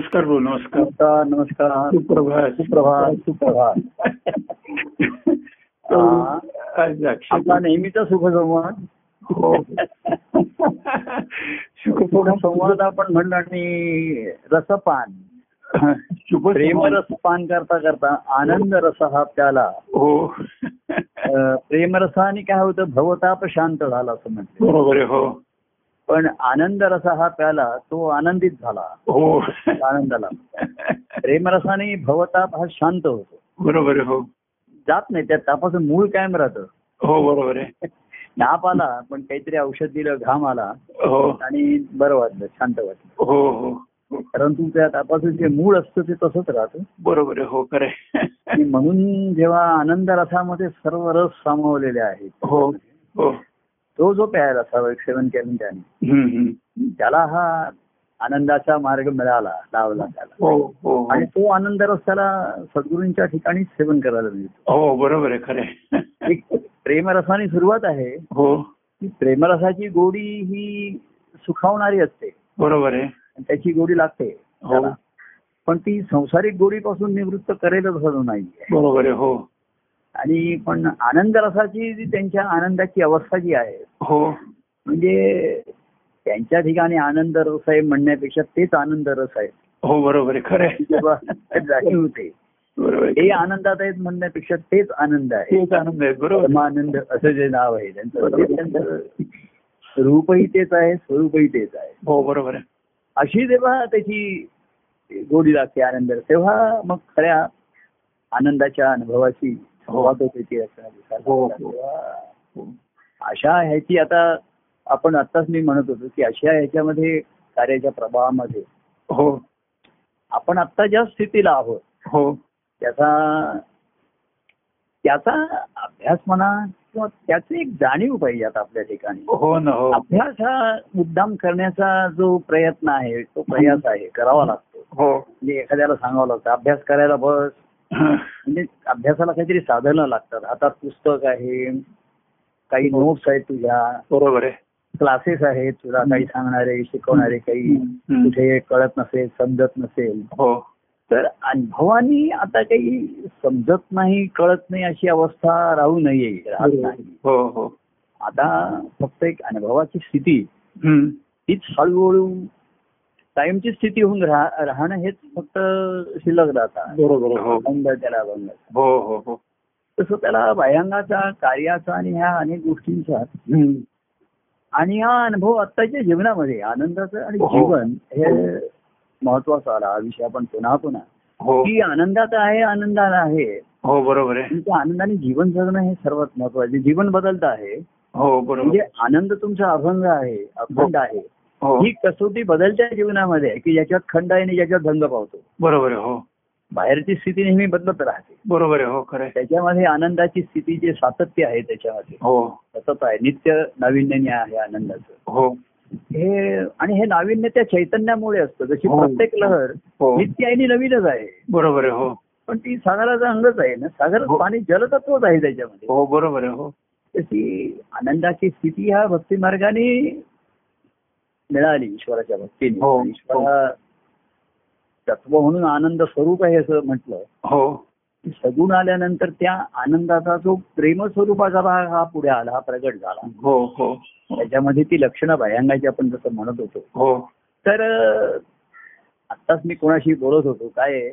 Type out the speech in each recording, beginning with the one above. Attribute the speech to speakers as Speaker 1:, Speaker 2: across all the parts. Speaker 1: नमस्कार भाऊ नमस्कार
Speaker 2: नमस्कार नमस्कार
Speaker 1: सुप्रभात
Speaker 2: सुप्रभात सुप्रभात
Speaker 1: तर, आज
Speaker 2: आपला
Speaker 1: अक्षय-
Speaker 2: नेहमीचा सुखसंवाद
Speaker 1: हो
Speaker 2: सुखपूर्ण
Speaker 1: सुखपूर्ण
Speaker 2: संवाद आपण म्हणलं आणि रसपान
Speaker 1: शुभ
Speaker 2: प्रेम
Speaker 1: संवाद.
Speaker 2: रसपान करता करता आनंद रस हा त्याला
Speaker 1: हो
Speaker 2: प्रेम रसाने काय होतं भवताप शांत झाला असं म्हणते
Speaker 1: बरोबर आहे, हो
Speaker 2: पण आनंद रस हा प्याला तो आनंदित झाला
Speaker 1: हो
Speaker 2: आनंदाला प्रेमरसाने भवताप हा शांत होतो
Speaker 1: बरोबर आहे, हो
Speaker 2: जात नाही त्या तापाचं मूळ कायम राहतं
Speaker 1: हो बरोबर आहे
Speaker 2: ताप आला पण काहीतरी औषध दिलं घाम आला
Speaker 1: हो
Speaker 2: आणि बरं वाटलं शांत वाटलं
Speaker 1: हो हो
Speaker 2: परंतु त्या तापाचं जे मूळ असतं ते तसंच राहतं
Speaker 1: बरोबर आहे, हो खरं आहे.
Speaker 2: आणि म्हणून जेव्हा आनंद रसामध्ये सर्व रस सामावलेले आहेत
Speaker 1: हो हो
Speaker 2: तो जो प्यायला असावा सेवन केलं त्याने
Speaker 1: हम्म, हम्म.
Speaker 2: त्याला हा आनंदाचा मार्ग मिळाला लावला त्याला
Speaker 1: हो हो हो.
Speaker 2: आणि तो आनंद रस त्याला सद्गुरूंच्या ठिकाणी सेवन करायला मिळतो
Speaker 1: हो बरोबर आहे खरं आहे.
Speaker 2: एक प्रेमरसाने सुरुवात आहे
Speaker 1: हो
Speaker 2: की प्रेमरसाची गोडी ही सुखावणारी असते
Speaker 1: बरोबर आहे
Speaker 2: आणि त्याची गोडी लागते
Speaker 1: हो
Speaker 2: त्याला. पण ती संसारिक गोडीपासून निवृत्त करेलच असं नाहीये
Speaker 1: बरोबर आहे हो
Speaker 2: आणि पण आनंद रसाची जी त्यांच्या आनंदाची अवस्था जी आहे
Speaker 1: हो
Speaker 2: म्हणजे त्यांच्या ठिकाणी आनंद रस आहे म्हणण्यापेक्षा तेच आनंद रस आहे
Speaker 1: हो बरोबर आहे खरं आहे.
Speaker 2: तेव्हा जाणीव होते
Speaker 1: बरोबर आहे
Speaker 2: हे आनंदात आहेत म्हणण्यापेक्षा तेच आनंद आहे
Speaker 1: तेच आनंद आहे बरोबर
Speaker 2: परमानंद असं जे नाव आहे त्यांचं
Speaker 1: बरोबर.
Speaker 2: ते त्यांचं रूपही तेच आहे स्वरूपही तेच आहे
Speaker 1: हो बरोबर आहे
Speaker 2: अशी जेव्हा त्याची गोडी लागते आनंद तेव्हा मग खऱ्या आनंदाच्या अनुभवाची सुरुवात होते ती असं दिसायला
Speaker 1: हो,
Speaker 2: लागतं.
Speaker 1: हो.
Speaker 2: तेव्हा
Speaker 1: हो.
Speaker 2: अशा ह्याची आता आपण आत्ताच मी म्हणत होतो की अशा ह्याच्यामध्ये कार्याच्या प्रभावामध्ये
Speaker 1: हो
Speaker 2: आपण आत्ता ज्या स्थितीला आहोत
Speaker 1: हो
Speaker 2: त्याचा त्याचा अभ्यास म्हणा किंवा त्याची एक जाणीव पाहिजे आता आपल्या ठिकाणी
Speaker 1: हो ना हो
Speaker 2: अभ्यास हा मुद्दाम करण्याचा जो प्रयत्न आहे तो प्रयास आहे करावा लागतो
Speaker 1: हो
Speaker 2: म्हणजे एखाद्याला सांगावं लागतं अभ्यास करायला बस
Speaker 1: हं.
Speaker 2: म्हणजे अभ्यासाला काहीतरी साधनं लागतात हातात पुस्तक आहे काही नोट्स आहेत तुझ्या
Speaker 1: बरोबर आहे
Speaker 2: क्लासेस आहेत तुला काही सांगणारे शिकवणारे काही
Speaker 1: हम्म.
Speaker 2: कुठे कळत नसेल समजत नसेल
Speaker 1: हो
Speaker 2: तर अनुभवानी आता काही समजत नाही कळत नाही अशी अवस्था राहू नये राहत नाही
Speaker 1: हो हो
Speaker 2: आता फक्त एक अनुभवाची स्थिती
Speaker 1: हम्म.
Speaker 2: तीच हळूहळू कायमची स्थिती होऊन राह- राहणं हेच फक्त शिल्लक राहतात
Speaker 1: बरोबर आहे. हो
Speaker 2: अभंग त्याला अभंग
Speaker 1: हो हो हो
Speaker 2: तसं त्याला भायंगाचा कार्याचा आणि ह्या अनेक गोष्टींचा
Speaker 1: हम्म.
Speaker 2: आणि हा अनुभव आत्ताच्या जीवनामध्ये आनंदाचं आणि
Speaker 1: हो.
Speaker 2: जीवन हे महत्वाचं आला हा विषय आपण पुन्हा पुन्हा
Speaker 1: हो
Speaker 2: की आनंदात आहे आनंदाला आहे
Speaker 1: हो बरोबर आहे
Speaker 2: आणि त्या आनंदाने जीवन जगणं हे सर्वात महत्वाचे जीवन बदलतं आहे
Speaker 1: हो बरोबर
Speaker 2: म्हणजे
Speaker 1: आहे.
Speaker 2: आनंद तुमचा अभंग आहे अखंड आहे
Speaker 1: हो
Speaker 2: ही कसोटी बदलत्या जीवनामध्ये आहे की ज्याच्यात खंड आहे आणि ज्याच्यात भंग पावतो
Speaker 1: बरोबर आहे हो
Speaker 2: बाहेरची स्थिती नेहमी बदलत राहते
Speaker 1: बरोबर आहे हो खरं आहे.
Speaker 2: त्याच्यामध्ये आनंदाची स्थिती जे सातत्य आहे त्याच्यामध्ये
Speaker 1: हो
Speaker 2: सतत आहे नित्य नाविन्य आहे आनंदाचं
Speaker 1: हो
Speaker 2: हे आणि हे नाविन्य त्या चैतन्यामुळे असतं जशी
Speaker 1: हो.
Speaker 2: प्रत्येक लहर
Speaker 1: हो
Speaker 2: नित्य आणि नवीनच आहे
Speaker 1: बरोबर आहे हो
Speaker 2: पण ती सागराचा अंगच आहे ना सागर
Speaker 1: हो.
Speaker 2: पाणी जलतत्वच आहे त्याच्यामध्ये
Speaker 1: हो बरोबर आहे हो
Speaker 2: तशी आनंदाची स्थिती ह्या भक्ती मार्गाने मिळाली ईश्वराच्या भक्तीने
Speaker 1: हो.
Speaker 2: ईश्वरा तत्व म्हणून आनंद स्वरूप आहे असं म्हटलं
Speaker 1: हो
Speaker 2: की सगुण आल्यानंतर त्या आनंदाचा जो प्रेम स्वरूपाचा भाग हा पुढे आला हा प्रगट झाला
Speaker 1: हो हो
Speaker 2: त्याच्यामध्ये ती लक्षणं भयंगाची आपण जसं म्हणत होतो
Speaker 1: हो
Speaker 2: तर अं, आत्ताच मी कोणाशी बोलत होतो काय आहे,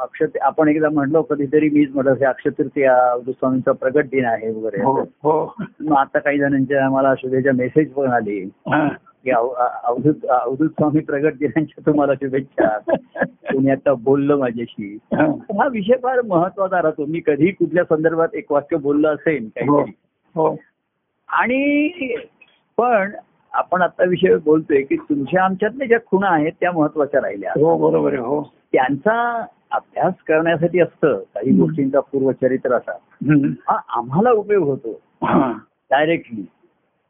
Speaker 2: अक्षत आपण एकदा म्हणलो कधीतरी मीच म्हणत असे अक्षतृतीया स्वामींचा प्रगट दिन आहे वगैरे
Speaker 1: हो हो
Speaker 2: मग आता काही जणांच्या मला शुभेच्छा मेसेज पण आली
Speaker 1: हा.
Speaker 2: की अव- अ- अवधूत अवधूत स्वामी प्रगट दिनांच्या तुम्हाला शुभेच्छा कोणी आता बोललं माझ्याशी
Speaker 1: हा.
Speaker 2: हा विषय फार महत्वाचा राहतो मी कधी कुठल्या संदर्भात एक वाक्य बोललं असेल
Speaker 1: हो
Speaker 2: काहीतरी
Speaker 1: हो
Speaker 2: आणि पण आपण आता विषय बोलतोय की तुमच्या आमच्यातल्या ज्या खुणा आहेत त्या महत्वाच्या राहिल्या
Speaker 1: हो बरोबर आहे हो
Speaker 2: त्यांचा अभ्यास करण्यासाठी असतं काही
Speaker 1: हं.
Speaker 2: गोष्टींचा पूर्वचरित्र असा
Speaker 1: हम्म.
Speaker 2: हा आम्हाला उपयोग होतो
Speaker 1: हा.
Speaker 2: डायरेक्टली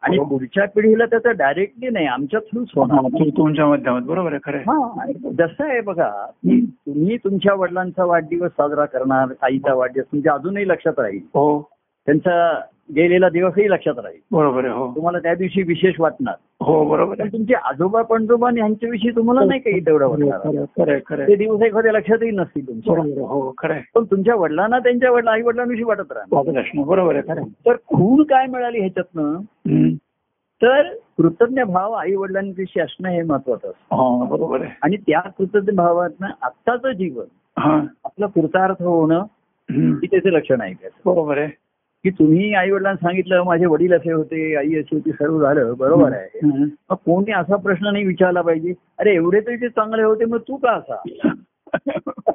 Speaker 2: आणि
Speaker 1: हो.
Speaker 2: पुढच्या पिढीला त्याचा डायरेक्टली नाही आमच्या थ्रूच
Speaker 1: हा,
Speaker 2: होणार
Speaker 1: तू- तुमच्या माध्यमात बरोबर आहे खरं आहे.
Speaker 2: हा आणि जसं आहे बघा
Speaker 1: हम्म.
Speaker 2: तुम्ही तुमच्या वडिलांचा वाढदिवस साजरा करणार आईचा वाढदिवस तुमच्या अजूनही लक्षात राहील
Speaker 1: हो
Speaker 2: त्यांचा गेलेला दिवसही लक्षात राहील
Speaker 1: बरोबर आहे हो
Speaker 2: तुम्हाला त्या दिवशी विशेष वाटणार
Speaker 1: हो बरोबर
Speaker 2: पण
Speaker 1: आहे
Speaker 2: तुमचे आजोबा पणजोबा यांच्याविषयी तुम्हाला नाही काही तेवढं वाटणार
Speaker 1: हो, खरं खरं
Speaker 2: ते दिवस एखाद्या लक्षातही नसतील तुमच्या
Speaker 1: बरोबर हो खरं आहे.
Speaker 2: पण तुमच्या वडिलांना त्यांच्या वडिला आई वडिलांविषयी वाटत राहणार
Speaker 1: वाटत असणं बरोबर आहे हो, खरं आहे.
Speaker 2: तर खूण काय मिळाली ह्याच्यातनं
Speaker 1: हम्म.
Speaker 2: तर कृतज्ञ भाव आई वडिलांविषयी असणं हे महत्वाचं असतं
Speaker 1: हो बरोबर आहे
Speaker 2: आणि त्या कृतज्ञ भावातनं आत्ताचं जीवन
Speaker 1: हा
Speaker 2: आपलं कृतार्थ होणं
Speaker 1: हम्म.
Speaker 2: हे त्याचं लक्षण आहे त्याचं.
Speaker 1: बरोबर आहे
Speaker 2: की तुम्ही आई वडिलांना सांगितलं माझे वडील असे होते आई अशी होती सर्व झालं बरोबर आहे
Speaker 1: हम्म.
Speaker 2: मग कोणी असा प्रश्न नाही विचारला पाहिजे अरे एवढे तर ते चांगले होते मग तू का असा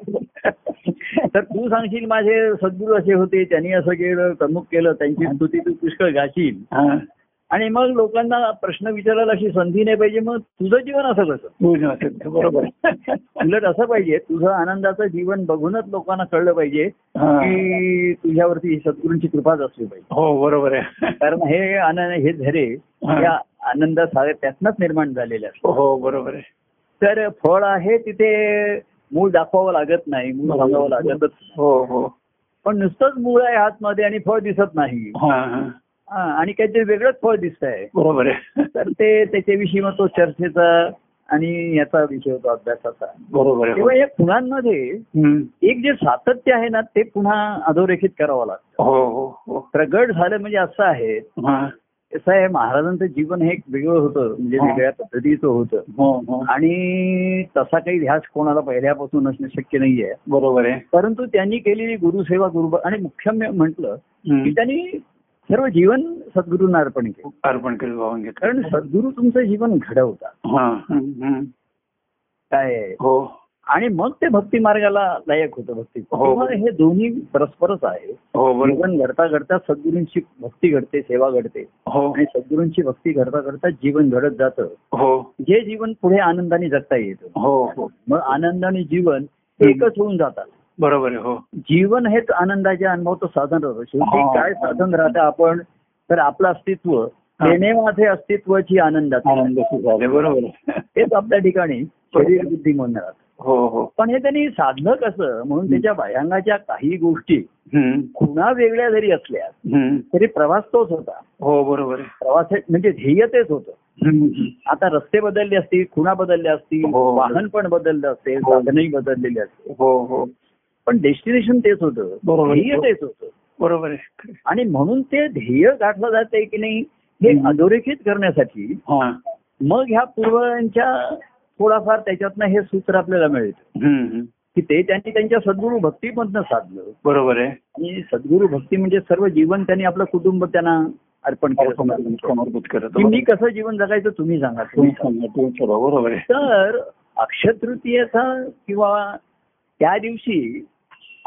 Speaker 2: तर तू सांगशील माझे सद्गुरू असे होते त्यांनी असं केलं तमुक केलं त्यांची स्तुती तू पुष्कळ गाशील
Speaker 1: हा.
Speaker 2: आणि मग लोकांना प्रश्न विचारायला अशी संधी नाही पाहिजे मग तुझं जीवन असं कसं
Speaker 1: तू जे असेल ते बरोबर आहे.
Speaker 2: उलट असं पाहिजे तुझं आनंदाचं जीवन बघूनच लोकांना कळलं पाहिजे
Speaker 1: हा.
Speaker 2: की तुझ्यावरती सद्गुरूंची कृपाच असली पाहिजे
Speaker 1: हो बरोबर आहे
Speaker 2: कारण हे आनंद हे झरे
Speaker 1: हा.
Speaker 2: या आनंदा सागर त्यातनंच निर्माण झालेले असतात
Speaker 1: हो बरोबर आहे
Speaker 2: तर फळ आहे तिथे मूळ दाखवावं लागत नाही मूळ सांगावं लागतच नाही.
Speaker 1: हो हो
Speaker 2: पण नुसतंच मूळ आहे आतमध्ये आणि फळ दिसत नाही
Speaker 1: हा हा
Speaker 2: हा, आणि काहीतरी वेगळंच फळ दिसत आहे
Speaker 1: बरोबर आहे
Speaker 2: तर ते त्याच्याविषयी मग तो चर्चेचा आणि याचा विषय होतो अभ्यासाचा
Speaker 1: बरोबर आहे
Speaker 2: तेव्हा या खुणांमध्ये
Speaker 1: हम्म.
Speaker 2: एक जे सातत्य आहे ना ते पुन्हा अधोरेखित करावं लागतं
Speaker 1: हो हो हो
Speaker 2: प्रगट झालं म्हणजे असं आहे
Speaker 1: हा
Speaker 2: तसं आहे महाराजांचं जीवन हे एक वेगळं होतं म्हणजे
Speaker 1: हा.
Speaker 2: वेगळ्या पद्धतीचं होतं
Speaker 1: हो हो
Speaker 2: आणि तसा काही ध्यास कोणाला पहिल्यापासून असणं शक्य नाहीये
Speaker 1: बरोबर आहे
Speaker 2: परंतु त्यांनी केलेली गुरुसेवा गुरु आणि मुख्य म्हटलं की
Speaker 1: हम्म.
Speaker 2: त्यांनी सर्व जीवन सद्गुरूंना अर्पण केलं
Speaker 1: अर्पण केलं भावन घेत
Speaker 2: कारण सद्गुरू तुमचं जीवन घडवतात
Speaker 1: हा हम्म, हम्म.
Speaker 2: काय आहे?
Speaker 1: हो
Speaker 2: आणि मग ते भक्ती मार्गाला लायक होतं भक्ती
Speaker 1: हो.
Speaker 2: तेव्हा हे दोन्ही परस्परच आहे
Speaker 1: हो बरोबर
Speaker 2: जीवन घडता घडता सद्गुरूंची भक्ती घडते सेवा घडते
Speaker 1: हो
Speaker 2: आणि सद्गुरूंची भक्ती घडता घडता जीवन घडत जातं
Speaker 1: हो
Speaker 2: जे जीवन पुढे आनंदाने जगता येतं
Speaker 1: हो हो
Speaker 2: मग आनंद आणि जीवन हे एकच होऊन जातात
Speaker 1: बरोबर आहे हो
Speaker 2: जीवन हेच आनंदाच्या अनुभवाचं साधन राहतं शेवटी
Speaker 1: हा.
Speaker 2: काय साधन राहतं आपण तर आपलं अस्तित्व देणे माझे अस्तित्वाची आनंदाची
Speaker 1: आनंद झाले बरोबर आहे.
Speaker 2: हेच आपल्या ठिकाणी शरीर बुद्धी म्हणून राहतं
Speaker 1: हो हो
Speaker 2: पण हे त्यांनी साधलं कसं म्हणून त्याच्या भायंगाच्या काही गोष्टी
Speaker 1: हम्म.
Speaker 2: खुणा वेगळ्या जरी असल्या
Speaker 1: हम्म.
Speaker 2: तरी प्रवास तोच होता
Speaker 1: हो बरोबर आहे
Speaker 2: प्रवास हे- म्हणजे ध्येय तेच होतं
Speaker 1: हम्म.
Speaker 2: आता रस्ते बदलले असतील खुणा बदलल्या असतील
Speaker 1: हो.
Speaker 2: वाहन पण बदललं असेल
Speaker 1: हो.
Speaker 2: साधनही बदललेले असतील
Speaker 1: हो हो
Speaker 2: पण डेस्टिनेशन तेच होतं
Speaker 1: बरोबर.
Speaker 2: ध्येय तेच होतं
Speaker 1: बरोबर आहे
Speaker 2: आणि म्हणून ते ध्येय गाठलं जाते की नाही हे
Speaker 1: हम्म.
Speaker 2: अधोरेखित करण्यासाठी
Speaker 1: हा
Speaker 2: मग ह्या पूर्वांच्या थोडाफार त्याच्यातनं हे सूत्र आपल्याला मिळतं
Speaker 1: हम्म, हम्म.
Speaker 2: की ते त्यांनी त्यांच्या सद्गुरू भक्तीमधनं साधलं
Speaker 1: बरोबर आहे
Speaker 2: आणि सद्गुरू भक्ती म्हणजे सर्व जीवन त्यांनी आपलं कुटुंब त्यांना अर्पण
Speaker 1: हो,
Speaker 2: केलं
Speaker 1: समर्पित करत
Speaker 2: की मी कसं जीवन जगायचं तुम्ही सांगा तुम्ही सांगा.
Speaker 1: बरोबर आहे
Speaker 2: तर अक्षय तृतीयेचा किंवा त्या दिवशी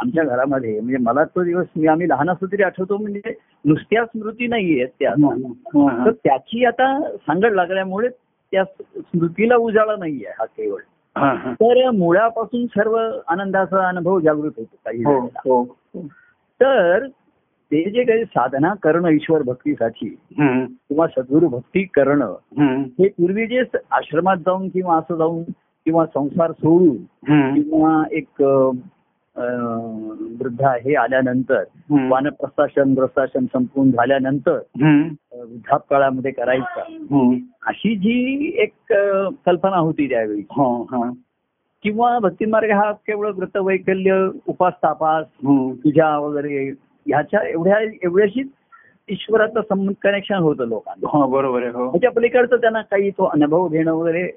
Speaker 2: आमच्या घरामध्ये म्हणजे मला तो दिवस मी आम्ही लहान असलो तरी आठवतो म्हणजे नुसत्या स्मृती नाहीये त्या
Speaker 1: हा, हा.
Speaker 2: तर त्याची आता सांगड लागल्यामुळे त्या स्मृतीला उजाळा नाहीये हा केवळ
Speaker 1: हा, हा.
Speaker 2: तर मुळापासून सर्व आनंदाचा अनुभव जागृत होतो काही
Speaker 1: हो
Speaker 2: वेळेला.
Speaker 1: हो
Speaker 2: तर ते जे काही साधना करणं ईश्वर भक्तीसाठी
Speaker 1: हम्म,
Speaker 2: किंवा सद्गुरू भक्ती करणं
Speaker 1: हम्म,
Speaker 2: हे पूर्वी जे स- आश्रमात जाऊन किंवा असं जाऊन किंवा संसार सोडून
Speaker 1: हम्म,
Speaker 2: किंवा एक अं, अं, वृद्धा हे आल्यानंतर
Speaker 1: हम्म.
Speaker 2: वानप्रस्थाश्रम ग्रस्ताश्रम संपून झाल्यानंतर
Speaker 1: हम्म,
Speaker 2: अं, वृद्धाप काळामध्ये करायचा
Speaker 1: हम्म.
Speaker 2: अशी जी एक अं, कल्पना होती त्यावेळी
Speaker 1: हो, हा.
Speaker 2: किंवा भक्तिमार्ग हा केवळ व्रतवैकल्य उपास तापास
Speaker 1: हम्म.
Speaker 2: पूजा वगैरे ह्याच्या एवढ्या एवढ्याशीच ईश्वराचं संबंध कनेक्शन होतं लोकांना
Speaker 1: हा, बरोबर आहे हो
Speaker 2: त्याच्या पलीकडचं त्यांना काही तो अनुभव घेणं वगैरे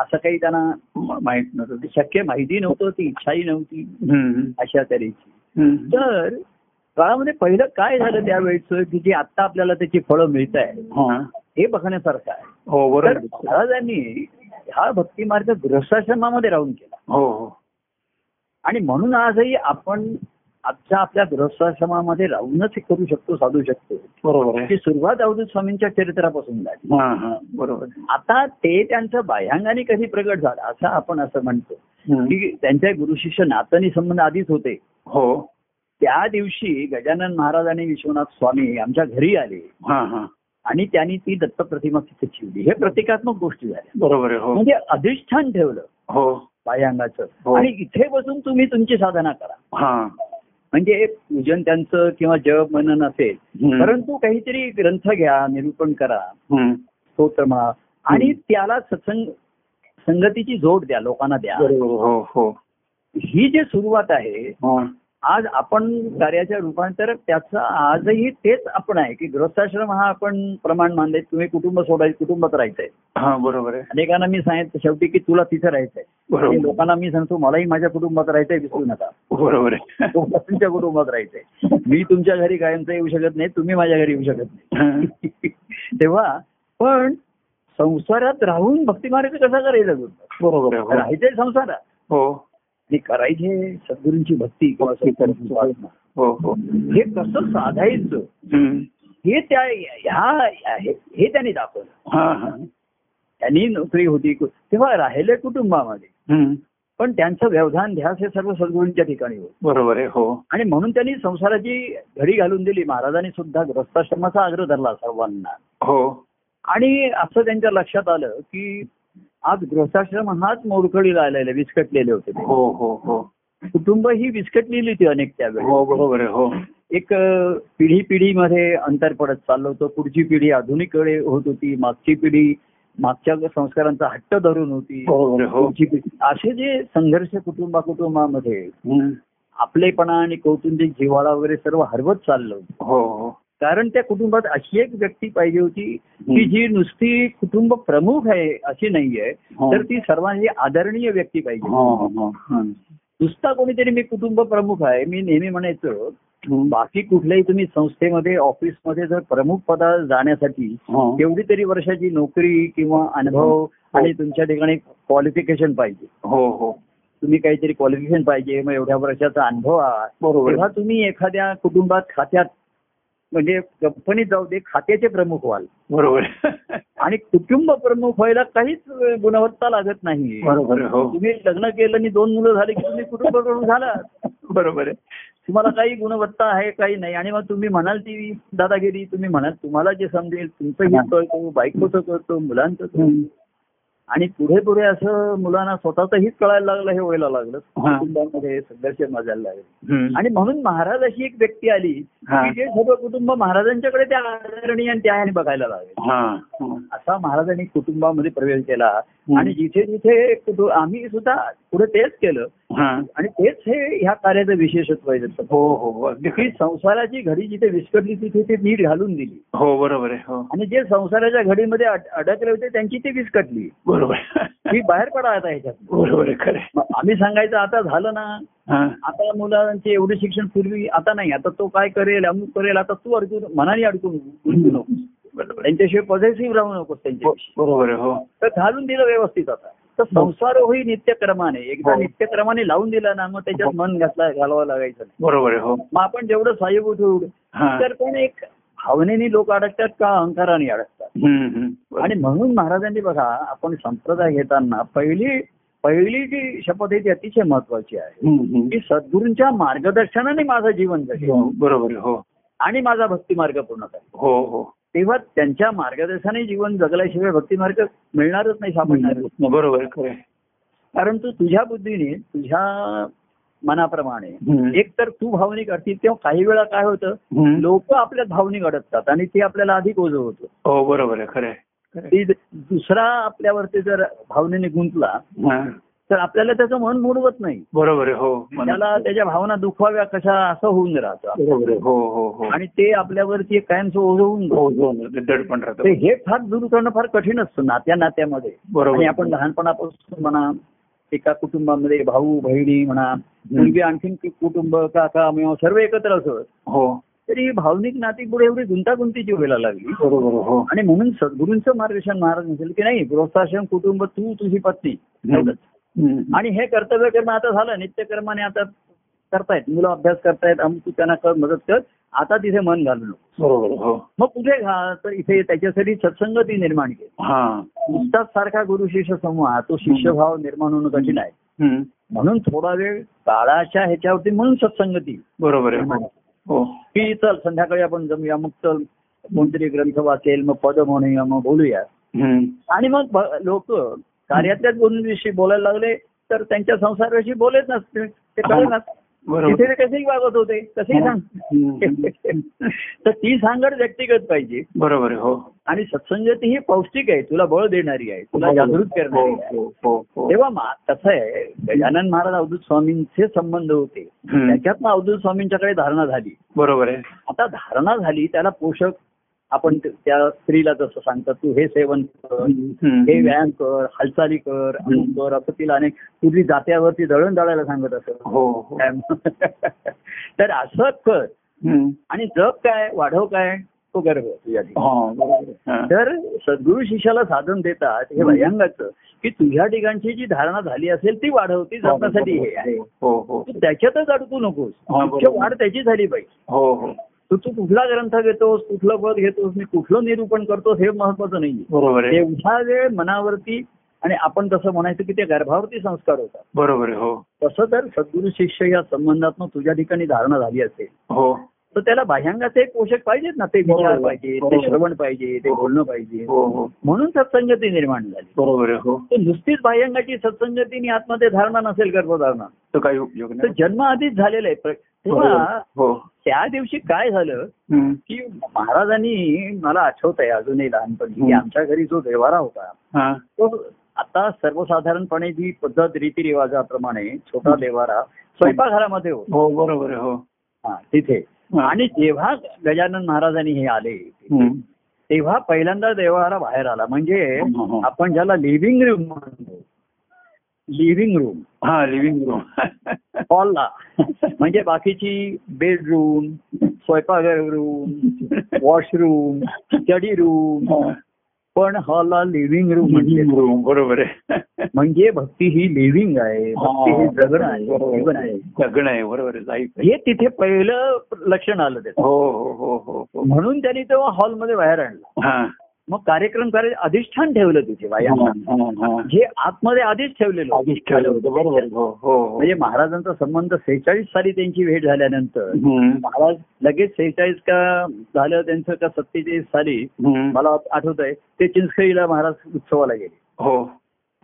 Speaker 2: असं काही त्यांना
Speaker 1: म- माहित नव्हतं ते.
Speaker 2: शक्य माहिती नव्हतं ती इच्छाही नव्हती
Speaker 1: हम्म,
Speaker 2: अशा तऱ्हेची
Speaker 1: हम्म.
Speaker 2: तर काळामध्ये पहिलं काय झालं त्यावेळेचं की जे आता आपल्याला त्याची फळं मिळत आहे
Speaker 1: हा.
Speaker 2: हे बघण्यासारखं आहे
Speaker 1: हो
Speaker 2: तर
Speaker 1: बरोबर आहे.
Speaker 2: महाराजांनी हा भक्ती मार्ग गृहस्थाश्रमामध्ये राहून केला
Speaker 1: हो हो
Speaker 2: आणि म्हणून आजही आपण आजच्या आपल्या गृहस्थाश्रमामध्ये राहूनच हे करू शकतो साधू शकतो
Speaker 1: बरोबर आहे
Speaker 2: ही सुरुवात अवधूत स्वामींच्या चरित्रापासून झाली
Speaker 1: हा हा बरोबर आहे.
Speaker 2: आता ते त्यांचं बाह्यांगाने कधी प्रगट झालं असं आपण असं म्हणतो
Speaker 1: हम्म.
Speaker 2: की त्यांच्या गुरुशिष्य नातनी संबंध आधीच होते
Speaker 1: हो
Speaker 2: त्या दिवशी गजानन महाराज आणि विश्वनाथ स्वामी आमच्या घरी आले
Speaker 1: हा हा
Speaker 2: आणि त्यांनी ती दत्त प्रतिमा तिथे ठेवली हे प्रतिकात्मक गोष्टी झाल्या
Speaker 1: बरोबर आहे हो
Speaker 2: म्हणजे अधिष्ठान ठेवलं
Speaker 1: हो
Speaker 2: पायांगाचं
Speaker 1: हो.
Speaker 2: आणि इथे बसून तुम्ही तुमची साधना करा
Speaker 1: हा
Speaker 2: म्हणजे पूजन त्यांचं किंवा जप मनन असेल
Speaker 1: हम्म.
Speaker 2: परंतु काहीतरी ग्रंथ घ्या निरूपण करा
Speaker 1: हम्म.
Speaker 2: स्तोत्र म्हणा आणि त्याला सत्संग संगतीची जोड द्या लोकांना द्या
Speaker 1: बरोबर हो हो
Speaker 2: ही जी सुरुवात आहे
Speaker 1: हा.
Speaker 2: आज आपण कार्याच्या रूपांतर त्याचं आजही तेच आपण आहे की गृहस्थाश्रम हा आपण प्रमाण मानले तुम्ही कुटुंब सोडायचं कुटुंबात राहायचंय
Speaker 1: हा बरोबर आहे
Speaker 2: अनेकांना मी सांगितलं शेवटी की तुला तिथे राहायचंय आणि
Speaker 1: बरोबर
Speaker 2: लोकांना मी सांगतो मलाही माझ्या कुटुंबात राहायचंय विसरू नका
Speaker 1: बरोबर आहे
Speaker 2: तुम्हाला तुमच्या कुटुंबात राहायचंय मी तुमच्या घरी कायमचं येऊ शकत नाही तुम्ही माझ्या घरी येऊ शकत
Speaker 1: हा.
Speaker 2: नाही तेव्हा पण संसारात राहून भक्तिमार्ग कसा करायचा गुरु?
Speaker 1: बरोबर आहे हो.
Speaker 2: राहायचंय संसारात
Speaker 1: हो
Speaker 2: आणि करायची आहे सद्गुरूंची भक्ती किंवा
Speaker 1: भक्ती
Speaker 2: सद्गुरूंची
Speaker 1: करायची.
Speaker 2: उपासना.
Speaker 1: हो हो
Speaker 2: हे कसं साधायचं
Speaker 1: हम्म.
Speaker 2: हे त्या ह्या हे हे त्यांनी दाखवलं
Speaker 1: हा हा
Speaker 2: त्यांनी नोकरी होती कु- तेव्हा राहिले कुटुंबामध्ये
Speaker 1: हम्म.
Speaker 2: पण त्यांचं व्यवधान ध्यास हे सर्व सद्गुरूंच्या ठिकाणी होत
Speaker 1: बरोबर आहे हो
Speaker 2: आणि म्हणून त्यांनी संसाराची घडी घालून दिली महाराजांनी सुद्धा ग्रस्ताश्रमाचा आग्रह धरला सर्वांना
Speaker 1: हो
Speaker 2: आणि असं त्यांच्या लक्षात आलं की आज गृहस्थाश्रम हाच मोडकळीला आलेले विस्कटलेले होते ते.
Speaker 1: हो हो हो
Speaker 2: कुटुंब ही विस्कटलेली होती अनेक त्यावेळी
Speaker 1: हो बरोबर आहे हो
Speaker 2: एक अ, पिढी पिढीमध्ये अंतर पडत चाललं होतं पुढची पिढी आधुनिकडे होत होती मागची पिढी मागच्या संस्कारांचा हट्ट धरून होती
Speaker 1: बरोबर आहे हो
Speaker 2: पुढची पिढी असे जे संघर्ष कुटुंबा कुटुंबामध्ये
Speaker 1: हम्म.
Speaker 2: आपलेपणा आणि कौटुंबिक जिव्हाळा वगैरे सर्व हरवत चाललं होतं.
Speaker 1: हो हो
Speaker 2: कारण त्या कुटुंबात अशी एक व्यक्ती पाहिजे होती की
Speaker 1: हं.
Speaker 2: जी नुसती कुटुंब प्रमुख आहे अशी नाहीये
Speaker 1: हो.
Speaker 2: तर ती सर्वांची आदरणीय व्यक्ती पाहिजे
Speaker 1: हो हो हम्म.
Speaker 2: नुसता कोणीतरी मी कुटुंब प्रमुख आहे मी नेहमी म्हणायचं
Speaker 1: हम्म.
Speaker 2: बाकी कुठल्याही तुम्ही संस्थेमध्ये ऑफिसमध्ये जर प्रमुख पदा जाण्यासाठी
Speaker 1: हो.
Speaker 2: एवढी तरी वर्षाची नोकरी किंवा अनुभव आणि तुमच्या ठिकाणी क्वालिफिकेशन पाहिजे
Speaker 1: हो हो
Speaker 2: तुम्ही काहीतरी क्वालिफिकेशन पाहिजे मग एवढ्या वर्षाचा अनुभव आहे.
Speaker 1: बरोबर
Speaker 2: तेव्हा
Speaker 1: आहे.
Speaker 2: तुम्ही एखाद्या कुटुंबात खात्यात म्हणजे कंपनीत जाऊ दे खात्याचे प्रमुख व्हाल
Speaker 1: बरोबर आहे.
Speaker 2: आणि कुटुंब प्रमुख व्हायला काहीच गुणवत्ता लागत नाही
Speaker 1: बरोबर आहे, हो
Speaker 2: तुम्ही लग्न केलं आणि दोन मुलं झाली की तुम्ही कुटुंब प्रमुख झाला
Speaker 1: बरोबर आहे
Speaker 2: तुम्हाला काही गुणवत्ता आहे काही नाही आणि मग तुम्ही म्हणाल ती दादागिरी तुम्ही म्हणाल तुम्हाला जे समजेल तुमचं हे कळतो बायकोचं कळतो मुलांचं कळतं.
Speaker 1: हम्म.
Speaker 2: आणि पुढे पुढे असं मुलांना स्वतःच हीच कळायला लागलं हे व्हायला लागलं
Speaker 1: हा.
Speaker 2: कुटुंबामध्ये संघर्ष मजायला लागले
Speaker 1: हम्म.
Speaker 2: आणि म्हणून महाराज अशी एक व्यक्ती आली
Speaker 1: हा.
Speaker 2: की जे सर्व कुटुंब महाराजांच्याकडे त्या आदरणीय आणि त्या ह्याने बघायला लागले
Speaker 1: हा हा.
Speaker 2: असा महाराजांनी कुटुंबामध्ये प्रवेश केला
Speaker 1: हं.
Speaker 2: आणि जिथे जिथे कुटु- आम्ही सुद्धा पुढे तेच केलं
Speaker 1: हा
Speaker 2: आणि तेच हे ह्या कार्याचं विशेषत्व आहे त्याचं.
Speaker 1: हो हो अगदी
Speaker 2: की
Speaker 1: खरं.
Speaker 2: संसाराची घडी जिथे विस्कटली तिथे ते नीट घालून दिली
Speaker 1: हो बरोबर आहे हो
Speaker 2: आणि जे संसाराच्या घडीमध्ये अड- अडकले होते त्यांची ती विस्कटली
Speaker 1: बरोबर आहे.
Speaker 2: ती बाहेर पडा आता ह्याच्यात
Speaker 1: बरोबर आहे खरे
Speaker 2: आम्ही सांगायचं आता झालं ना
Speaker 1: हा
Speaker 2: आता मुलांचे एवढे शिक्षण पूर्वी आता नाही आता तो काय करेल अमुक करेल आता तू अडकून मनाने अडकून गुंतू नकोस
Speaker 1: बरोबर आहे.
Speaker 2: त्यांच्याशिवाय पॉझिटिव्ह राहू नकोस
Speaker 1: ब-
Speaker 2: त्यांच्याशी
Speaker 1: बरोबर आहे हो
Speaker 2: तर घालून दिलं व्यवस्थित आता तर संसार होई नित्यक्रमाने एकदा
Speaker 1: हो.
Speaker 2: नित्यक्रमाने लावून दिला ना मग त्याच्यात मन घातला घालवा लागायचं नाही
Speaker 1: बरोबर आहे हो
Speaker 2: मग आपण जेवढं सहाय्यभूत होऊ
Speaker 1: हा
Speaker 2: तर पण एक भावनेने लोक अडकतात का अहंकाराने अडकतात
Speaker 1: हम्म, हम्म.
Speaker 2: आणि म्हणून महाराजांनी बघा आपण संप्रदाय घेताना पहिली पहिली जी शपथ आहे ती अतिशय महत्वाची आहे
Speaker 1: हम्म, हम्म.
Speaker 2: की म्हणजे सद्गुरूंच्या मार्गदर्शनाने माझं जीवन जगेल
Speaker 1: हो, बरोबर आहे हो
Speaker 2: आणि माझा भक्तिमार्ग पूर्ण करेल
Speaker 1: हो हो
Speaker 2: तेव्हा त्यांच्या मार्गदर्शनाने जीवन जगल्याशिवाय भक्तिमार्ग मिळणारच नाही सापडणार
Speaker 1: बरोबर आहे खरे
Speaker 2: परंतु तुझ्या बुद्धीने तुझ्या
Speaker 1: हम्म.
Speaker 2: मनाप्रमाणे एक तर तू भावनिक असतील तेव्हा काही वेळा काय होतं लोक आपल्यात भावनिक अडकतात आणि ते आपल्याला अधिक ओझं होतं
Speaker 1: हो बरोबर आहे खरे
Speaker 2: ते ज- दुसरा आपल्यावरती जर भावनेने गुंतला
Speaker 1: हा
Speaker 2: तर आपल्याला त्याचं मन मोडवत नाही
Speaker 1: बरोबर आहे हो मन-
Speaker 2: त्याला त्याच्या भावना दुखवाव्या कशा असं होऊन राहतं
Speaker 1: बरोबर आहे हो हो हो
Speaker 2: आणि ते आपल्यावरती एक कायमचं ओझं होऊन जातं.
Speaker 1: हो हो ते दडपण
Speaker 2: ते
Speaker 1: राहतं
Speaker 2: हे फार दूर करणं फार कठीण असतं नात्या नात्यामध्ये
Speaker 1: बरोबर.
Speaker 2: आणि आपण लहानपणापासून म्हणा एका कुटुंबामध्ये भाऊ बहिणी म्हणा मुलगी आणखीन कु- कुटुंब काका मिळून सर्व एकत्र असत
Speaker 1: हो
Speaker 2: तरी भावनिक नाती पुढे एवढी गुंतागुंतीची व्हायला लागली
Speaker 1: बरोबर आहे, हो
Speaker 2: आणि म्हणून सद्गुरूंचं मार्गदर्शन महाराज म्हणतील की नाही गृहस्थाश्रम कुटुंब तू तुझी पत्नी एवढंच.
Speaker 1: हम्म.
Speaker 2: आणि हे कर्तव्य कर्म आता झालं नित्यकर्माने आता करतायत मुलं अभ्यास करतायत अमुक तू त्यांना कर मदत कर आता तिथे मन घालू नको
Speaker 1: बरोबर आहे, हो
Speaker 2: मग कुठे घाल तर इथे त्याच्यासाठी सत्संगती निर्माण केली
Speaker 1: हा
Speaker 2: नुसताच सारखा गुरु शिष्य संवाद तो शिष्यभाव निर्माण होणं कठीण आहे
Speaker 1: हम्म.
Speaker 2: म्हणून थोडा वेळ काळाच्या ह्याच्यावरती म्हणून सत्संगती
Speaker 1: बरोबर आहे हो. हो
Speaker 2: की चल संध्याकाळी आपण जमूया मग चल कोणतरी ग्रंथ वाचेल मग पद म्हणूया मग बोलूया
Speaker 1: हम्म.
Speaker 2: आणि मग लोक कार्यातल्याच गुरुंविषयी बोलायला लागले तर त्यांच्या संसाराविषयी बोलत नसते ते कळत
Speaker 1: बरोबर हो.
Speaker 2: तिथे ते कसेही वागत होते कसेही सांग तर ती सांगड व्यक्तिगत पाहिजे
Speaker 1: बरोबर आहे हो
Speaker 2: आणि सत्संगती ही पौष्टिक आहे तुला बळ देणारी आहे तुला जागृत करणारी आहे
Speaker 1: हो, हो, हो.
Speaker 2: तेव्हा मा- कसं आहे गजानन महाराज अवधूत स्वामींचे संबंध होते
Speaker 1: हम्म.
Speaker 2: त्याच्यातनं अवधूत स्वामींच्याकडे धारणा झाली
Speaker 1: बरोबर आहे
Speaker 2: आता धारणा झाली त्याला पोषक आपण ते- त्या स्त्रीला जसं सांगतात तू हे सेवन कर
Speaker 1: हम्म.
Speaker 2: हे व्यायाम कर हालचाली कर अमुक कर असं तिला अनेक तुझी जात्यावरती दळण दळायला सांगत असत
Speaker 1: हो हो
Speaker 2: तर असं कर
Speaker 1: हम्म.
Speaker 2: आणि जग काय वाढव काय तो गर्भ तुझ्या ठिकाणी.
Speaker 1: हा, बरोबर आहे. हा.
Speaker 2: तर सद्गुरु शिष्याला साधन देतात हे भयंगाचं की तुझ्या ठिकाणची जी धारणा झाली असेल ती वाढवती जपण्यासाठी हे आहे
Speaker 1: हो हो
Speaker 2: तू त्याच्यातच अडकू नकोस
Speaker 1: हा, हो, बरोबर.
Speaker 2: मुख्य वाढ त्याची झाली पाहिजे
Speaker 1: हो हो
Speaker 2: तू तू कुठला ग्रंथ घेतोस कुठलं पद घेतोस मी कुठलं निरूपण करतोस हे महत्वाचं नाहीये
Speaker 1: बरोबर आहे
Speaker 2: तेवढा वेळ मनावरती आणि आपण तसं म्हणायचं की ते गर्भावरती संस्कार होतात
Speaker 1: बरोबर आहे हो
Speaker 2: तसं तर सद्गुरु शिष्य या संबंधातून तुझ्या ठिकाणी धारणा झाली असेल
Speaker 1: हो
Speaker 2: तर त्याला बाह्यांगाचे एक पोषक पाहिजेत ना ते विचार
Speaker 1: बरोबर.
Speaker 2: पाहिजे ते
Speaker 1: बरोबर.
Speaker 2: श्रवण पाहिजे ते बोलणं पाहिजे
Speaker 1: हो हो
Speaker 2: म्हणून सत्संगती निर्माण झाली
Speaker 1: बरोबर आहे हो
Speaker 2: तर नुसतीच बाह्यंगाची सत्संगतीने आतमध्ये धारणा नसेल गर्भधारणा
Speaker 1: तो काही उपयोग
Speaker 2: तर
Speaker 1: नाही
Speaker 2: जन्म आधीच झालेला आहे प्र- तेव्हा
Speaker 1: बरोबर. हो
Speaker 2: त्या दिवशी काय झालं
Speaker 1: हम्म.
Speaker 2: की महाराजांनी मला आठवत आहे अजूनही लहानपणी की
Speaker 1: हम्म.
Speaker 2: आमच्या घरी जो देवारा होता
Speaker 1: हा.
Speaker 2: तो आता सर्वसाधारणपणे जी पद्धत रीतिरिवाजाप्रमाणे छोटा देवारा स्वयंपाकघरामध्ये होता
Speaker 1: हो बरोबर आहे हो
Speaker 2: हा, तिथे
Speaker 1: हा.
Speaker 2: आणि जेव्हा गजानन महाराजांनी हे आले
Speaker 1: हम्म.
Speaker 2: तेव्हा पहिल्यांदा देवारा बाहेर आला म्हणजे
Speaker 1: हो, हो, हो.
Speaker 2: आपण ज्याला लिव्हिंग रूम म्हणतो लिव्हिंग रूम
Speaker 1: हा लिव्हिंग रूम
Speaker 2: हॉलला म्हणजे बाकीची बेडरूम स्वयंपाकघर रूम वॉशरूम स्टडी रूम पण हॉलला लिव्हिंग रूम म्हणजे
Speaker 1: लिव्हिंग रूम बरोबर आहे
Speaker 2: म्हणजे भक्ती ही लिव्हिंग आहे भक्ती
Speaker 1: हा.
Speaker 2: ही जगणं आहे जीवन
Speaker 1: बरोबर
Speaker 2: आहे
Speaker 1: आहे. जगणं आहे बरोबर आहे लाईफ आहे
Speaker 2: हे तिथे पहिलं लक्षण आलं त्याचं
Speaker 1: हो हो हो हो हो
Speaker 2: म्हणून त्यांनी तेव्हा हॉलमध्ये बाहेर आणला
Speaker 1: हा.
Speaker 2: मग कार्यक्रम करायचं अधिष्ठान ठेवलं तिथे
Speaker 1: हा,
Speaker 2: बाया
Speaker 1: हा, हा.
Speaker 2: जे आतमध्ये आधीच ठेवलेलं होतं.
Speaker 1: आधीच ठेवलं होतं बरोबर आहे. हो हो हो.
Speaker 2: म्हणजे महाराजांचा संबंध सेहेचाळीस साली त्यांची भेट झाल्यानंतर
Speaker 1: हम्म.
Speaker 2: महाराज लगेच सेहेचाळीस का झालं त्यांचं का सत्तेचाळीस साली
Speaker 1: हम्म.
Speaker 2: मला आठवत आहे ते चिंचखेडीला महाराज उत्सवाला गेले
Speaker 1: हो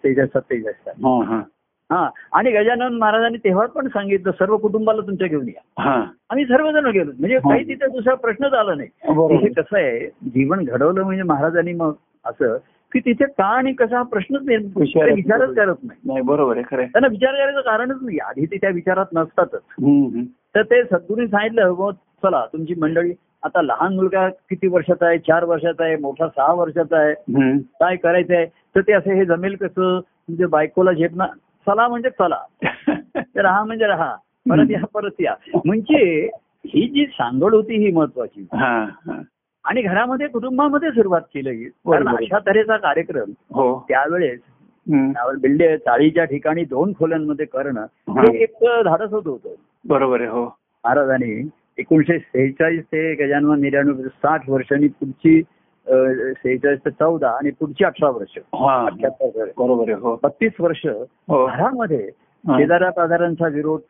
Speaker 2: सेहेचाळीस सत्तेचाळीस साली
Speaker 1: हा हा
Speaker 2: हा आणि गजानन महाराजांनी तेव्हा पण सांगितलं सर्व कुटुंबाला तुमच्या घेऊन या
Speaker 1: हा
Speaker 2: आम्ही सर्वजण गेलो म्हणजे
Speaker 1: हो.
Speaker 2: काही तिथे दुसरा प्रश्नच आला नाही
Speaker 1: बरोबर.
Speaker 2: तिथे कसं आहे जीवन घडवलं म्हणजे महाराजांनी मग असं की तिथे का आणि कसा हा प्रश्नच निर्माण-
Speaker 1: विचारच
Speaker 2: ते विचारच
Speaker 1: नाही.
Speaker 2: करत नाही
Speaker 1: नाही बरोबर आहे खरं आहे.
Speaker 2: त्यांना विचार करायचं कारणच नाही आधी ते त्या विचारात नसतातच
Speaker 1: हम्म, हम्म.
Speaker 2: तर ते सद्गुरूंनी सांगितलं "हो, चला तुमची मंडळी आता लहान मुलगा किती वर्षाचा आहे चार वर्षाचा आहे मोठा सहा वर्षाचा आहे
Speaker 1: हम्म.
Speaker 2: काय करायचं आहे तर ते असं हे जमेल कसं म्हणजे बायकोला झेपणार चला म्हणजे चला ते राहा म्हणजे राहा परत या परत या म्हणजे ही जी सांगड होती ही महत्वाची
Speaker 1: हा हा.
Speaker 2: आणि घरामध्ये कुटुंबामध्ये सुरुवात केली गेली. कारण
Speaker 1: बरोबर.
Speaker 2: अशा तऱ्हेचा कार्यक्रम
Speaker 1: हो
Speaker 2: त्यावेळेस
Speaker 1: हम्म.
Speaker 2: बिल्डे चाळीच्या ठिकाणी दोन खोल्यांमध्ये करणं
Speaker 1: हा.
Speaker 2: हे एक धाडस होत होतं
Speaker 1: बरोबर आहे हो
Speaker 2: महाराजांनी एकोणीशे सेहेचाळीस ते गजानन निराणू साठ वर्षांनी पुढची सेहेचाळीस ते चौदा आणि पुढची अठरा वर्ष
Speaker 1: हा
Speaker 2: अठ्याहत्तर वर्ष.
Speaker 1: बरोबर आहे हो
Speaker 2: बत्तीस वर्ष
Speaker 1: हो
Speaker 2: घरामध्ये
Speaker 1: हा.
Speaker 2: शेजाऱ्यापाजाऱ्यांचा विरोध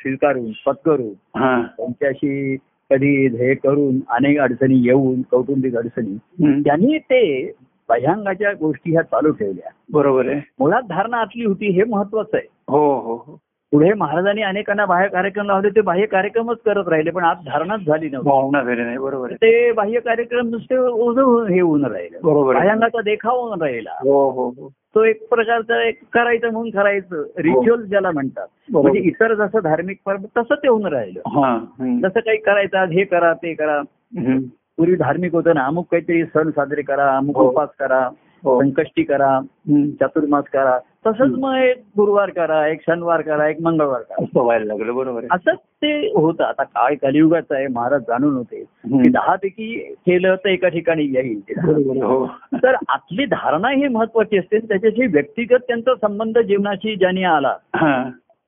Speaker 2: स्वीकारून पत्करून
Speaker 1: हा
Speaker 2: त्यांच्याशी कधी हे करून अनेक अडचणी येऊन कौटुंबिक अडचणी
Speaker 1: हम्म.
Speaker 2: त्यांनी ते भयांगाच्या गोष्टी ह्या चालू ठेवल्या
Speaker 1: बरोबर आहे
Speaker 2: मुळात धारणा आतली होती हे महत्वाचं आहे
Speaker 1: हो हो हो.
Speaker 2: पुढे महाराजांनी अनेकांना बाह्य कार्यक्रम लावले ते बाह्य कार्यक्रमच करत राहिले पण आज धारणाच झाली नव्हती
Speaker 1: भावना झाली नाही बरोबर आहे
Speaker 2: ते बाह्य कार्यक्रम नुसते ओझं होऊन- हे होऊन राहिलं
Speaker 1: बरोबर आहे
Speaker 2: बाह्यांगाचा देखाव होऊन राहिला
Speaker 1: हो हो हो
Speaker 2: तो एक प्रकारचा एक करायचं म्हणून करायचं रिच्युअल ज्याला म्हणतात
Speaker 1: हो. बरोबर.
Speaker 2: म्हणजे इतर जसं धार्मिक पर्व तसं ते होऊन राहिलं
Speaker 1: हा हम्म.
Speaker 2: जसं काही करायचं आज हे करा ते करा
Speaker 1: हम्म.
Speaker 2: पूर्वी धार्मिक होतं ना अमुक काहीतरी सण साजरे करा अमुक
Speaker 1: हो.
Speaker 2: उपास करा
Speaker 1: हो
Speaker 2: संकष्टी करा
Speaker 1: हम्म.
Speaker 2: चातुर्मास करा तसंच
Speaker 1: हं.
Speaker 2: मग एक गुरुवार करा एक शनिवार करा एक मंगळवार करा
Speaker 1: असं व्हायला लागलं बरोबर आहे
Speaker 2: असंच ते होतं आता काळ कलियुगाचं आहे महाराज जाणून होते की
Speaker 1: हम्म.
Speaker 2: दहा पैकी केलं तर एका ठिकाणी येईल ते दहा.
Speaker 1: बरोबर आहे, हो
Speaker 2: तर आतली धारणा ही महत्वाची असते आणि त्याच्याशी व्यक्तिगत त्यांचा संबंध जीवनाशी ज्यांनी आला
Speaker 1: हा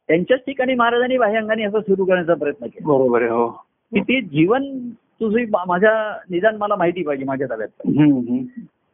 Speaker 2: त्यांच्याच ठिकाणी महाराजांनी बाह्यांगाने असं सुरू करण्याचा प्रयत्न केला
Speaker 1: बरोबर आहे हो
Speaker 2: की ते जीवन तुझी मा- माझ्या निदान मला माहिती पाहिजे माझ्या ताब्यात पाहिजे.
Speaker 1: हम्म, हम्म.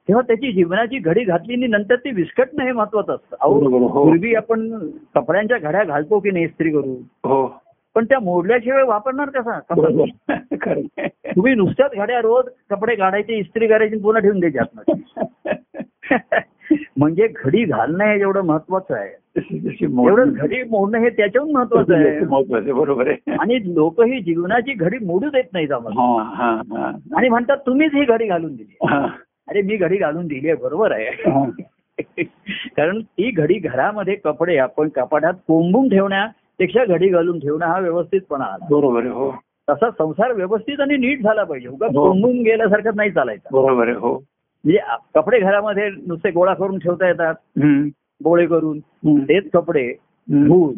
Speaker 2: तेव्हा त्याची जीवनाची घडी घातली आणि नंतर ती विस्कटणं हे महत्वाचं असतं
Speaker 1: बरोबर,
Speaker 2: अहो
Speaker 1: हो.
Speaker 2: पूर्वी आपण कपड्यांच्या घड्या घालतो की नाही इस्त्री करू
Speaker 1: हो
Speaker 2: पण त्या मोडल्याशिवाय वापरणार कसा कपडा
Speaker 1: बरोबर खरं आहे.
Speaker 2: तुम्ही नुसत्याच घड्या रोज कपडे काढायचे इस्त्री करायची आणि पुन्हा ठेवून द्यायचे आतमध्ये म्हणजे घडी घालणं हे एवढं महत्वाचं आहे
Speaker 1: जशी जशी मोड-
Speaker 2: एवढं घडी मोडणं हे त्याच्याहून
Speaker 1: तशी
Speaker 2: महत्वाचं
Speaker 1: जशी
Speaker 2: आहे
Speaker 1: महत्वाचं आहे, बरोबर आहे
Speaker 2: आणि लोक ही जीवनाची घडी मोडू देत नाहीत आम्हाला
Speaker 1: हा हा हा
Speaker 2: आणि म्हणतात तुम्हीच ही घडी घालून दिली
Speaker 1: हा
Speaker 2: अरे मी घडी घालून दिली आहे बरोबर आहे
Speaker 1: हा.
Speaker 2: कारण ती घडी घरामध्ये कपडे आपण कपाटात कोंबून ठेवण्यापेक्षा घडी घालून ठेवणं हा व्यवस्थितपणा आला
Speaker 1: बरोबर आहे हो
Speaker 2: तसा संसार व्यवस्थित आणि नीट झाला पाहिजे उगा
Speaker 1: हो.
Speaker 2: कोंबून गेल्यासारखं नाही चालायचं
Speaker 1: बरोबर आहे हो
Speaker 2: म्हणजे आ- कपडे घरामध्ये नुसते गोळा करून ठेवता येतात
Speaker 1: हम्म,
Speaker 2: गोळे करून
Speaker 1: हम्म,
Speaker 2: तेच कपडे
Speaker 1: हम्म,
Speaker 2: धुवून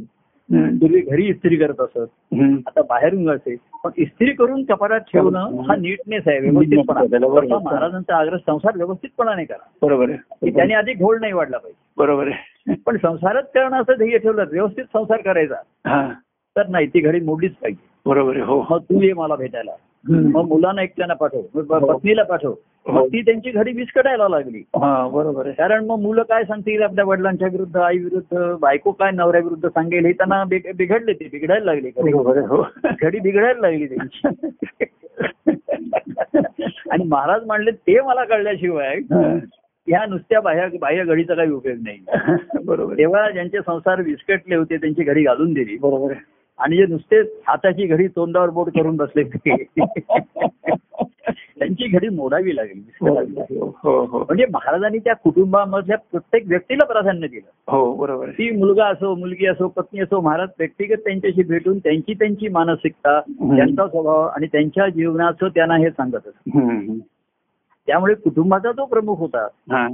Speaker 1: हम्म,
Speaker 2: पूर्वी घरी इस्त्री करत असत
Speaker 1: हम्म.
Speaker 2: आता बाहेरून असे पण इस्त्री करून कपाटात
Speaker 1: हो,
Speaker 2: ठेवणं हा नीटनेस आहे व्यवस्थितपणा
Speaker 1: त्याला बरोबर. हो.
Speaker 2: तसा महाराजांचा आग्रह संसार व्यवस्थितपणाने करा
Speaker 1: बरोबर आहे
Speaker 2: की त्याने आधी घोळ नाही वाढला पाहिजे
Speaker 1: बरोबर आहे
Speaker 2: पण संसारच करणं असं ध्येय ठेवलं व्यवस्थित संसार करायचा
Speaker 1: हा
Speaker 2: तर नाही ती घडी मोडलीच पाहिजे
Speaker 1: बरोबर आहे हो
Speaker 2: मग तू ये मला भेटायला
Speaker 1: हम्म.
Speaker 2: मग मुलांना एकट्यानं पाठव मग प-
Speaker 1: हो.
Speaker 2: पत्नीला पाठव
Speaker 1: हो.
Speaker 2: मग ती त्यांची घडी विस्कटायला लागली
Speaker 1: हा बरोबर आहे
Speaker 2: कारण मग मुलं काय सांगतील आपल्या वडिलांच्या विरुद्ध आई विरुद्ध बायको काय नवऱ्याविरुद्ध सांगेल हे त्यांना बिग- बिघडले ते बिघडायला लागले घडी.
Speaker 1: बरोबर आहे हो
Speaker 2: घडी बिघडायला लागली त्यांची आणि महाराज म्हणले ते मला कळल्याशिवाय
Speaker 1: हा.
Speaker 2: ह्या नुसत्या बाह्य बाह्य घडीचा काही उपयोग नाही
Speaker 1: बरोबर आहे
Speaker 2: तेव्हा ज्यांचे संसार विस्कटले होते त्यांची घडी घालून दिली
Speaker 1: बरोबर आहे
Speaker 2: आणि जे नुसते हाताची घडी तोंडावर बोट करून बसले होते त्यांची घडी मोडावी लागली
Speaker 1: बरोबर आहे. हो हो
Speaker 2: म्हणजे महाराजांनी त्या कुटुंबामधल्या प्रत्येक व्यक्तीला प्राधान्य दिलं
Speaker 1: हो बरोबर आहे
Speaker 2: ती मुलगा असो मुलगी असो पत्नी असो महाराज व्यक्तिगत त्यांच्याशी भेटून त्यांची त्यांची मानसिकता त्यांचा स्वभाव आणि त्यांच्या जीवनाचं त्यांना हे सांगत असत
Speaker 1: हम्म.
Speaker 2: त्यामुळे कुटुंबाचा जो प्रमुख होता
Speaker 1: हा.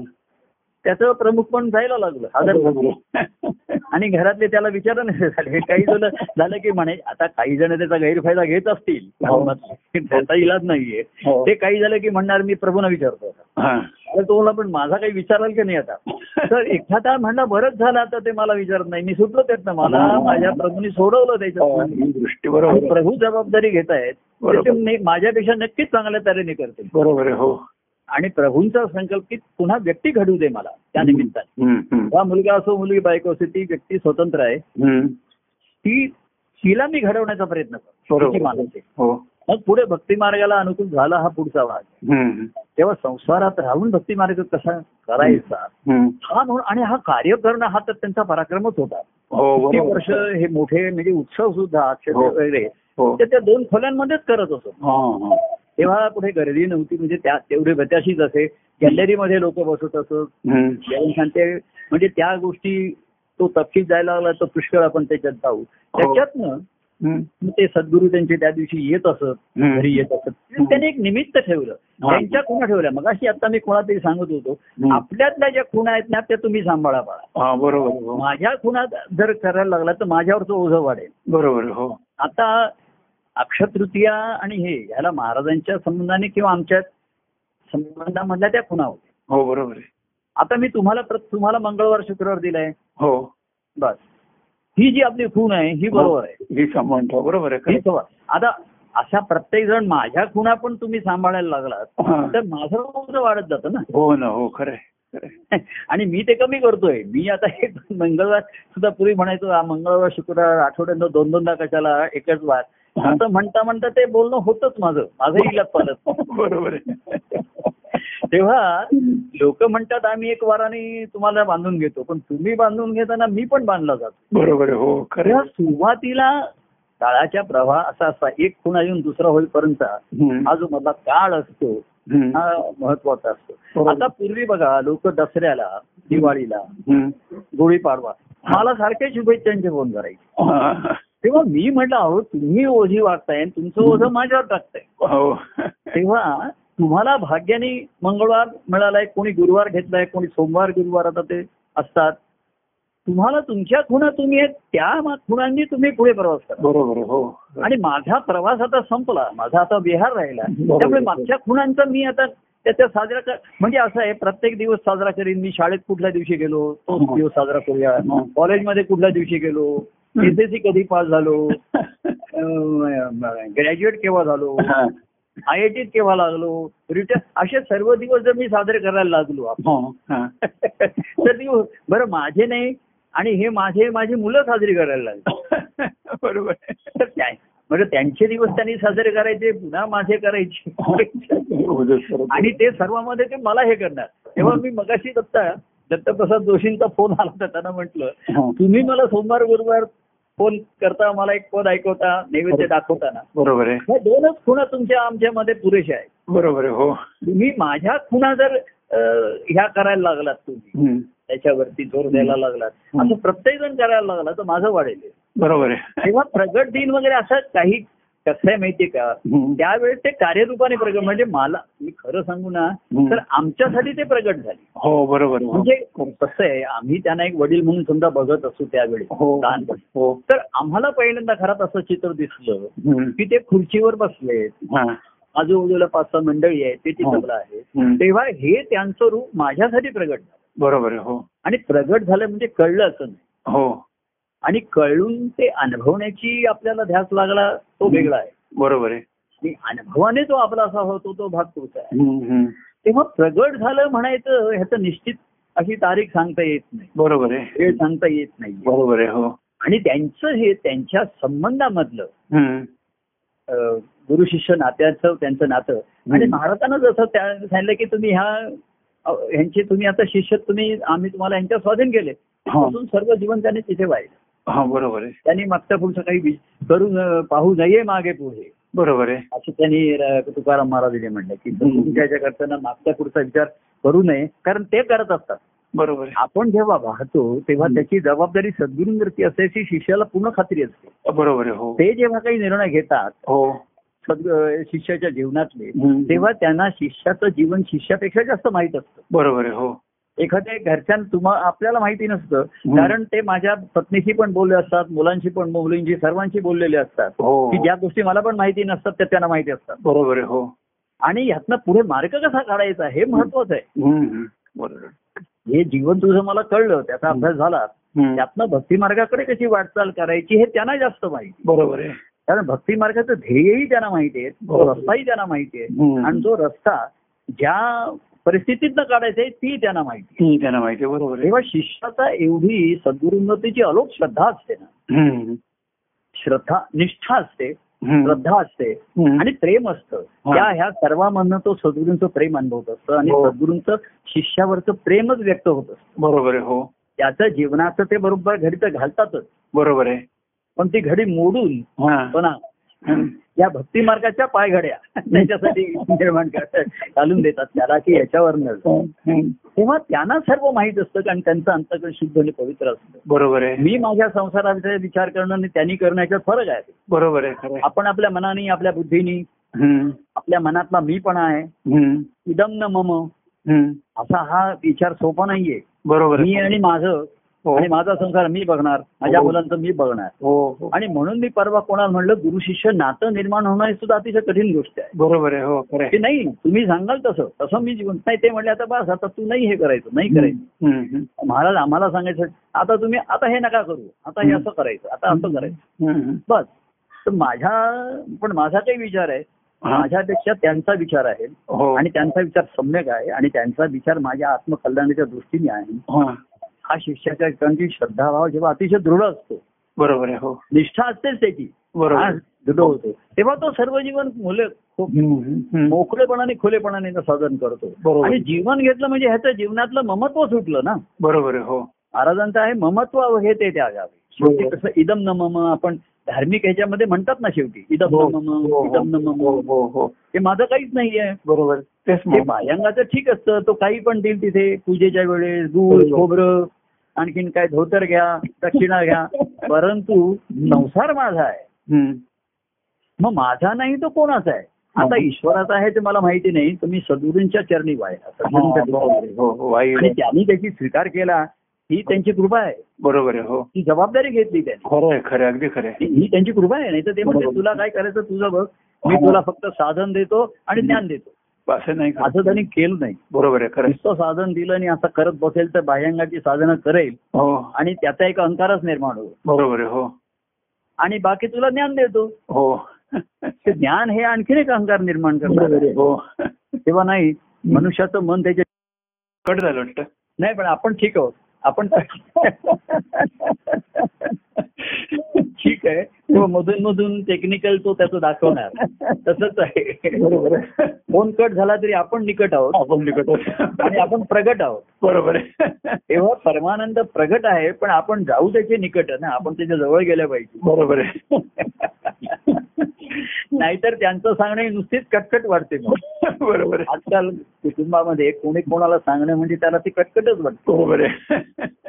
Speaker 2: त्याचं प्रमुख पण जायला लागलं आदर
Speaker 1: बरोबर आहे.
Speaker 2: आणि घरातले त्याला विचार नाही झाले काही जण झालं की म्हणे आता काही जण त्याचा गैरफायदा घेत असतील
Speaker 1: हो.
Speaker 2: त्याचा इलाज नाहीये
Speaker 1: हो.
Speaker 2: ते काही झालं की म्हणणार मी प्रभूना विचारतो आता.
Speaker 1: हा.
Speaker 2: तर तो म्हणला, पण माझा काही विचाराल की नाही आता तर एखादा म्हणला बरंच झालं आता ते मला विचारत नाही मी सुटलो त्यातनं मला माझ्या प्रभूने सोडवलं
Speaker 1: हो,
Speaker 2: त्याच्यात
Speaker 1: ही दृष्टी बरोबर
Speaker 2: आणि
Speaker 1: आहे.
Speaker 2: प्रभू जबाबदारी घेत आहेत ते
Speaker 1: बरोबर.
Speaker 2: ते ने- माझ्यापेक्षा नक्कीच चांगल्या तऱ्हेने करतील
Speaker 1: बरोबर आहे हो
Speaker 2: आणि प्रभूंचा संकल्प की पुन्हा व्यक्ती घडू दे मला त्या निमित्ताने
Speaker 1: हम्म, हम्म.
Speaker 2: हा मुलगा असो मुलगी बायको असो ती व्यक्ती स्वतंत्र आहे
Speaker 1: हम्म.
Speaker 2: ती तिला मी घडवण्याचा प्रयत्न करतो तिची
Speaker 1: बरोबर
Speaker 2: मानसिक.
Speaker 1: हो
Speaker 2: मग पुढे भक्ती मार्गाला अनुकूल झाला हा पुढचा भाग
Speaker 1: हम्म.
Speaker 2: तेव्हा संसारात राहून भक्ती मार्ग कसा करायचा
Speaker 1: हम्म.
Speaker 2: हा म्हणून आणि हा कार्य करणं हा तर त्यांचा पराक्रमच होता
Speaker 1: हो
Speaker 2: ते
Speaker 1: बरोबर
Speaker 2: वर्ष हे मोठे म्हणजे उत्सव सुद्धा अक्षय
Speaker 1: हो.
Speaker 2: वगैरे
Speaker 1: हो
Speaker 2: ते त्या दोन खोल्यांमध्येच करत असो
Speaker 1: हा, हा.
Speaker 2: तेव्हा कुठे गर्दी नव्हती म्हणजे त्या तेवढे गत्याशीच असे गॅलरीमध्ये लोक बसत असत
Speaker 1: हम्म.
Speaker 2: जेवण खाण ते म्हणजे त्या गोष्टी तो तपशील जायला लागला तर पुष्कळ आपण त्याच्यात जाऊ
Speaker 1: हो.
Speaker 2: त्याच्यातनं
Speaker 1: हम्म.
Speaker 2: मग ते सद्गुरू त्यांचे त्या दिवशी येत असत
Speaker 1: हम्म.
Speaker 2: घरी येत असत
Speaker 1: हम्म.
Speaker 2: त्यांनी एक निमित्त ठेवलं
Speaker 1: हा.
Speaker 2: त्यांच्या खुणा ठेवल्या मग अशी आता मी कोणातरी सांगत होतो
Speaker 1: हम्म.
Speaker 2: आपल्यातल्या ज्या खुणा आहेत ना त्या तुम्ही सांभाळा बाळा
Speaker 1: हा बरोबर आहे, हो
Speaker 2: माझ्या खुणा जर करायला लागला तर माझ्यावरचं ओझं वाढेल
Speaker 1: बरोबर आहे, हो
Speaker 2: आता अक्षतृतीया आणि हे ह्याला महाराजांच्या संबंधाने किंवा आमच्या संबंधामधल्या त्या खुणा होत्या
Speaker 1: हो बरोबर आहे
Speaker 2: आता मी तुम्हाला प्रत- तुम्हाला मंगळवार शुक्रवार दिलाय
Speaker 1: हो
Speaker 2: बस ही जी आपली खूण आहे ही बरोबर आहे
Speaker 1: ही संबंध हो, बरोबर आहे
Speaker 2: ही
Speaker 1: खरं.
Speaker 2: बरोबर. आता अशा प्रत्येक जण माझ्या खुणा पण तुम्ही सांभाळायला लागलात
Speaker 1: हा.
Speaker 2: तर माझं ओझं वाढत जातं ना
Speaker 1: हो ना हो खरं आहे, खरं आहे.
Speaker 2: आणि मी ते कमी करतोय मी आता हे मंगळवार सुद्धा पूर्वी म्हणायचो "आ, मंगळवार शुक्रवार आठवड्यानं दोन दोनदा कशाला एकच वार
Speaker 1: हा.
Speaker 2: असं म्हणता म्हणता ते बोलणं होतच माझं माझं इलाज पालत
Speaker 1: बरोबर आहे
Speaker 2: तेव्हा लोक म्हणतात आम्ही एक वाराने तुम्हाला बांधून घेतो पण तुम्ही बांधून घेताना मी पण बांधला जातो
Speaker 1: बरोबर आहे, हो खरं
Speaker 2: तेव्हा
Speaker 1: आहे.
Speaker 2: सुरुवातीला काळाच्या प्रवाह असा असा एक खुणा येऊन दुसरा होईपर्यंत
Speaker 1: हम्म.
Speaker 2: हा जो मधला काळ असतो
Speaker 1: हम्म.
Speaker 2: हा महत्वाचा असतो
Speaker 1: बरोबर.
Speaker 2: आता पूर्वी बघा लोक दसऱ्याला दिवाळीला
Speaker 1: हम्म.
Speaker 2: गुढीपाडवा मला सारखे शुभेच्छांचे फोन करायचे
Speaker 1: हा.
Speaker 2: तेव्हा मी म्हटलं अहो तुम्ही ओझी वागताय आणि तुमचं ओझं माझ्यावर टाकताय
Speaker 1: हो
Speaker 2: तेव्हा तुम्हाला भाग्याने मंगळवार मिळालाय कोणी गुरुवार घेतलाय कोणी सोमवार गुरुवार आता ते असतात तुम्हाला तुमच्या खुणा तुम्ही आहेत त्या मा- खुणांनी तुम्ही पुढे प्रवास करा
Speaker 1: बरोबर आहे, हो
Speaker 2: आणि माझा प्रवास आता संपला माझा आता विहार राहिला
Speaker 1: बरोबर.
Speaker 2: त्यामुळे मागच्या खुणांचा मी आता त्याच्या साजरा कर म्हणजे असं आहे प्रत्येक दिवस साजरा करीन मी शाळेत कुठल्या दिवशी गेलो तोच
Speaker 1: हं.
Speaker 2: दिवस साजरा करूया
Speaker 1: हं.
Speaker 2: कॉलेजमध्ये कुठल्या दिवशी गेलो
Speaker 1: हं.
Speaker 2: एसएससी कधी पास झालो ग्रॅज्युएट केव्हा झालो
Speaker 1: हा.
Speaker 2: आय टीत केव्हा लागलो रिटायर असे सर्व दिवस जर मी साजरे करायला लागलो आपण
Speaker 1: हो हा.
Speaker 2: तर ती बरं माझे नाही आणि हे माझे माझी मुलं साजरी करायला लागली
Speaker 1: बरोबर आहे.
Speaker 2: तर त्या- म्हणजे त्यांचे दिवस त्यांनी साजरे करायचे पुन्हा माझे करायचे
Speaker 1: हो, जसं बरोबर.
Speaker 2: आणि ते सर्वांमध्ये ते मला हे करणार तेव्हा मी मगाशी दत्ता दत्तप्रसाद जोशींचा फोन आला होता त्यांना म्हटलं तुम्ही मला सोमवार गुरुवार फोन करता मला एक पद ऐकवता नैवेद्य
Speaker 1: बरोबर.
Speaker 2: दाखवताना
Speaker 1: बरोबर आहे
Speaker 2: या दोनच खुणा तुमच्या आमच्यामध्ये पुरेशा आहेत
Speaker 1: बरोबर आहे हो
Speaker 2: तुम्ही माझ्या खुणा जर अ, ह्या करायला लागलात तुम्ही
Speaker 1: हम्म.
Speaker 2: त्याच्यावरती जोर द्यायला लागलात
Speaker 1: हं.
Speaker 2: असं प्रत्येक जण करायला लागला तर माझं वाढेल
Speaker 1: बरोबर आहे
Speaker 2: तेव्हा प्रगट दिन वगैरे असं काही कसं आहे माहितीये का
Speaker 1: हम्म.
Speaker 2: त्यावेळेस ते कार्यरूपाने प्रगट म्हणजे मला मी खरं सांगू ना
Speaker 1: हं.
Speaker 2: तर आमच्यासाठी ते प्रगट झाले
Speaker 1: हो बरोबर आहे.
Speaker 2: म्हणजे कसं आहे आम्ही त्यांना एक वडील म्हणून समजा बघत असू त्यावेळी
Speaker 1: हो
Speaker 2: लहान
Speaker 1: हो
Speaker 2: तर आम्हाला पहिल्यांदा घरात असं चित्र दिसलं
Speaker 1: हम्म.
Speaker 2: की ते खुर्चीवर बसलेत
Speaker 1: हा.
Speaker 2: आजूबाजूला पाच सहा मंडळी आहेत ते चित्रपट आहे
Speaker 1: हो. हम्म.
Speaker 2: तेव्हा हे त्यांचं रूप माझ्यासाठी प्रगट झालं
Speaker 1: बरोबर आहे हो
Speaker 2: आणि प्रगट झालं म्हणजे कळलं असं नाही
Speaker 1: हो
Speaker 2: आणि कळून ते अनुभवण्याची आपल्याला ध्यास लागला तो वेगळा आहे
Speaker 1: बरोबर आहे
Speaker 2: आणि अनुभवाने जो आपला असा होतो तो भाग तोच आहे
Speaker 1: हम्म, हम्म.
Speaker 2: तेव्हा प्रगट झालं म्हणायचं ह्याचं निश्चित अशी तारीख सांगता येत नाही
Speaker 1: बरोबर आहे
Speaker 2: वेळ सांगता येत नाही
Speaker 1: बरोबर आहे हो
Speaker 2: आणि त्यांचं हे त्यांच्या संबंधामधलं
Speaker 1: हम्म.
Speaker 2: गुरु शिष्य नात्याचं त्यांचं नातं आणि
Speaker 1: हम्म.
Speaker 2: महाराजांना जसं त्या सांगितलं की तुम्ही ह्या अ, ह्यांचे तुम्ही आता शिष्य तुम्ही आम्ही तुम्हाला ह्यांच्या स्वाधीन केले
Speaker 1: हा.
Speaker 2: पासून सर्व जीवन त्यांनी तिथे वाहिलं
Speaker 1: हा बरोबर आहे
Speaker 2: त्यांनी मागच्या पुढचं काही विच- करून अ, पाहू नये मागे पुढे
Speaker 1: बरोबर आहे
Speaker 2: असं त्यांनी र- तुकाराम महाराजांनी म्हणलं की
Speaker 1: हम्म.
Speaker 2: तुमच्या ह्याच्या करताना मागच्या पुढचा विचार करू नये कारण ते करत असतात
Speaker 1: बरोबर आहे
Speaker 2: आपण जेव्हा वाहतो तेव्हा
Speaker 1: हम्म.
Speaker 2: त्याची जबाबदारी सद्गुरूंवरती असल्याची शिष्याला पूर्ण खात्री असते
Speaker 1: बरोबर आहे हो
Speaker 2: ते जेव्हा काही निर्णय घेतात
Speaker 1: हो
Speaker 2: सद्गु- शिष्याच्या जीवनातले
Speaker 1: हम्म.
Speaker 2: तेव्हा त्यांना शिष्याचं जीवन शिष्यापेक्षा जास्त माहीत असतं
Speaker 1: बरोबर आहे हो
Speaker 2: एखाद्या घरच्यां तुम्हा आपल्याला माहिती नसतं
Speaker 1: हम्म.
Speaker 2: कारण ते माझ्या पत्नीशी पण बोलले असतात मुलांशी पण मुलींशी सर्वांशी बोललेले असतात
Speaker 1: हो
Speaker 2: की ज्या गोष्टी मला पण माहिती नसतात त्या त्यांना माहिती असतात
Speaker 1: बरोबर आहे हो
Speaker 2: आणि ह्यातनं पुढे मार्ग कसा काढायचा हे महत्वाचं आहे
Speaker 1: हम्म, हम्म. बरोबर
Speaker 2: हे जीवन तुझं मला कळलं त्याचा
Speaker 1: हम्म.
Speaker 2: अभ्यास झाला
Speaker 1: हम्म.
Speaker 2: त्यातनं भक्ती मार्गाकडे कशी वाटचाल करायची हे त्यांना जास्त माहिती
Speaker 1: बरोबर आहे
Speaker 2: कारण भक्ती मार्गाचं ध्येयही त्यांना माहिती आहे तो
Speaker 1: बरोबर.
Speaker 2: रस्ताही त्यांना माहिती आहे
Speaker 1: हो. हम्म.
Speaker 2: आणि जो रस्ता ज्या परिस्थितीतनं काढायचा आहे ती त्यांना माहिती
Speaker 1: हम्म, त्यांना माहिती आहे बरोबर आहे
Speaker 2: तेव्हा शिष्याचा एवढी सद्गुरूंवरतीची अलोक श्रद्धा असते ना
Speaker 1: हम्म.
Speaker 2: श्रद्धा निष्ठा असते
Speaker 1: हम्म.
Speaker 2: श्रद्धा असते
Speaker 1: हम्म.
Speaker 2: आणि प्रेम असतं
Speaker 1: हा.
Speaker 2: त्या ह्या सर्वांमधनं तो सद्गुरूंचं प्रेम अनुभवत असतं आणि
Speaker 1: हो.
Speaker 2: सद्गुरूंचं शिष्यावरचं प्रेमच व्यक्त होत असतं
Speaker 1: बरोबर आहे हो
Speaker 2: त्याचं जीवनाचं ते बरोबर घडी तर घालतातच
Speaker 1: बरोबर आहे
Speaker 2: पण ती घडी मोडून
Speaker 1: हा.
Speaker 2: पण या भक्ती मार्गाच्या पायघड्या त्याच्यासाठी निर्माण करतात घालून देतात त्याला की याच्यावरनं
Speaker 1: हम्म.
Speaker 2: तेव्हा त्यांना सर्व माहीत असतं कारण त्यांचं अंतकरण शुद्ध आणि पवित्र असतं
Speaker 1: बरोबर आहे
Speaker 2: मी माझ्या संसाराचा विचार करणं आणि त्यांनी करण्याचा फरक आहे
Speaker 1: बरोबर आहे खरं आहे.
Speaker 2: आपण आपल्या मनाने आपल्या बुद्धीनी
Speaker 1: हम्म.
Speaker 2: आपल्या मनातला मी पण आहे
Speaker 1: हम्म.
Speaker 2: इदम न मम
Speaker 1: हम्म.
Speaker 2: असा हा विचार सोपा नाहीये
Speaker 1: बरोबर
Speaker 2: मी
Speaker 1: आहे
Speaker 2: आणि माझं
Speaker 1: हो
Speaker 2: आणि माझा संसार मी बघणार माझ्या
Speaker 1: हो.
Speaker 2: मुलांचं मी बघणार
Speaker 1: हो हो.
Speaker 2: आणि म्हणून मी परवा कोणाला म्हणलं गुरु शिष्य नातं निर्माण होणं ही सुद्धा अतिशय कठीण गोष्ट आहे
Speaker 1: बरोबर आहे हो खरं
Speaker 2: की
Speaker 1: आहे.
Speaker 2: नाही तुम्ही सांगाल तसं तसं मी जीवन नाही ते म्हणले आता बस आता तू नाही हे करायचं नाही करायचं
Speaker 1: हम्म. हम्म.
Speaker 2: महाराज आम्हाला सांगायचं आता तुम्ही आता हे नका करू आता हे असं करायचं आता असं करायचं
Speaker 1: हम्म.
Speaker 2: बस तर माझ्या पण माझा काही विचार आहे
Speaker 1: हा.
Speaker 2: माझ्यापेक्षा त्यांचा विचार आहे
Speaker 1: हो
Speaker 2: आणि त्यांचा विचार सम्यक आहे आणि त्यांचा विचार माझ्या आत्मकल्याणाच्या दृष्टीने आहे
Speaker 1: हा.
Speaker 2: हा शिष्याच्या ठिकाणची श्रद्धाभाव जेव्हा अतिशय दृढ असतो
Speaker 1: बरोबर आहे हो
Speaker 2: निष्ठा असतेच त्याची
Speaker 1: बरोबर
Speaker 2: हा
Speaker 1: आहे.
Speaker 2: दृढ होतो तेव्हा तो सर्व जीवन मुले खूप
Speaker 1: हम्म. हम्म.
Speaker 2: मोकळेपणाने खुलेपणाने तो साधन करतो
Speaker 1: बरोबर.
Speaker 2: आणि जीवन घेतलं म्हणजे ह्याचं जीवनातलं ममत्व सुटलं ना
Speaker 1: बरोबर आहे हो
Speaker 2: महाराजांचं आहे ममत्व हे ते त्या गावी शेवटी
Speaker 1: बरोबर.
Speaker 2: म्हणजे कसं इदम न मम आपण धार्मिक ह्याच्यामध्ये म्हणतात ना शेवटी इदम
Speaker 1: हो,
Speaker 2: न मम
Speaker 1: हो,
Speaker 2: इदम न
Speaker 1: हो,
Speaker 2: मम
Speaker 1: हो, हो.
Speaker 2: हे माझं काहीच नाहीये
Speaker 1: बरोबर तेच
Speaker 2: ते
Speaker 1: मग.
Speaker 2: भायंगाचं ठीक असतं तो काही पण देईल तिथे पूजेच्या वेळेस गुळ
Speaker 1: बरोबर.
Speaker 2: खोबरं आणखीन काय धोतर घ्या दक्षिणा घ्या परंतु संसार माझा आहे
Speaker 1: हम्म.
Speaker 2: मग माझा नाही तो कोणाचा आहे आता
Speaker 1: हं.
Speaker 2: ईश्वराचा आहे ते मला माहिती नाही तुम्ही सद्गुरूंच्या चरणी व्हायला
Speaker 1: हा,
Speaker 2: सद्गुरूंच्या
Speaker 1: बरोबर
Speaker 2: चरणी
Speaker 1: आहे. हो, हो, आई
Speaker 2: आणि त्यांनी त्याची स्वीकार केला ही त्यांची कृपा आहे
Speaker 1: बरोबर आहे हो
Speaker 2: ही जबाबदारी घेतली त्यांनी
Speaker 1: खरं आहे खरं आहे, अगदी खरं आहे.
Speaker 2: ही त्यांची कृपा आहे नाही तर ते म्हणजे
Speaker 1: बरोबर.
Speaker 2: तुला काय करायचं तुझं बघ मी
Speaker 1: हो.
Speaker 2: तुला फक्त साधन देतो आणि ज्ञान देतो
Speaker 1: असं नाही का?
Speaker 2: असं त्यांनी केलं नाही
Speaker 1: बरोबर आहे खरं आहे.
Speaker 2: नुसतं साधन दिलं आणि असं करत बसेल तर बाह्यांगाची साधनं करेल
Speaker 1: हो
Speaker 2: आणि त्याचा एक अंकारच निर्माण होईल
Speaker 1: बरोबर आहे हो
Speaker 2: आणि बाकी तुला ज्ञान देतो
Speaker 1: हो
Speaker 2: ते ज्ञान हे आणखीन एक अंकार निर्माण करणार
Speaker 1: बरोबर आहे
Speaker 2: आहे.
Speaker 1: हो
Speaker 2: तेव्हा नाही मनुष्याचं मन त्याच्या
Speaker 1: कट झालं वाटतं
Speaker 2: नाही पण आपण ठीक आहोत आपण ठीक आहे तेव्हा मधून मधून टेक्निकल तो त्याचं दाखवणार तसंच आहे
Speaker 1: बरोबर आहे
Speaker 2: फोन कट झाला तरी आपण निकट आहोत
Speaker 1: आपण निकट आहोत.
Speaker 2: आणि आपण प्रगट आहोत
Speaker 1: बरोबर आहे
Speaker 2: तेव्हा परमानंद प्रगट आहे पण आपण जाऊ त्याचे निकट ना आपण त्याच्या जवळ गेल्या पाहिजे
Speaker 1: बरोबर आहे
Speaker 2: नाहीतर त्यांचं सांगणे नुसतीच कटकट वाटते मग
Speaker 1: बरोबर आहे
Speaker 2: आजकाल कुटुंबामध्ये कोणी कोणाला सांगणं म्हणजे त्याला ती कटकटच वाटते
Speaker 1: बरोबर आहे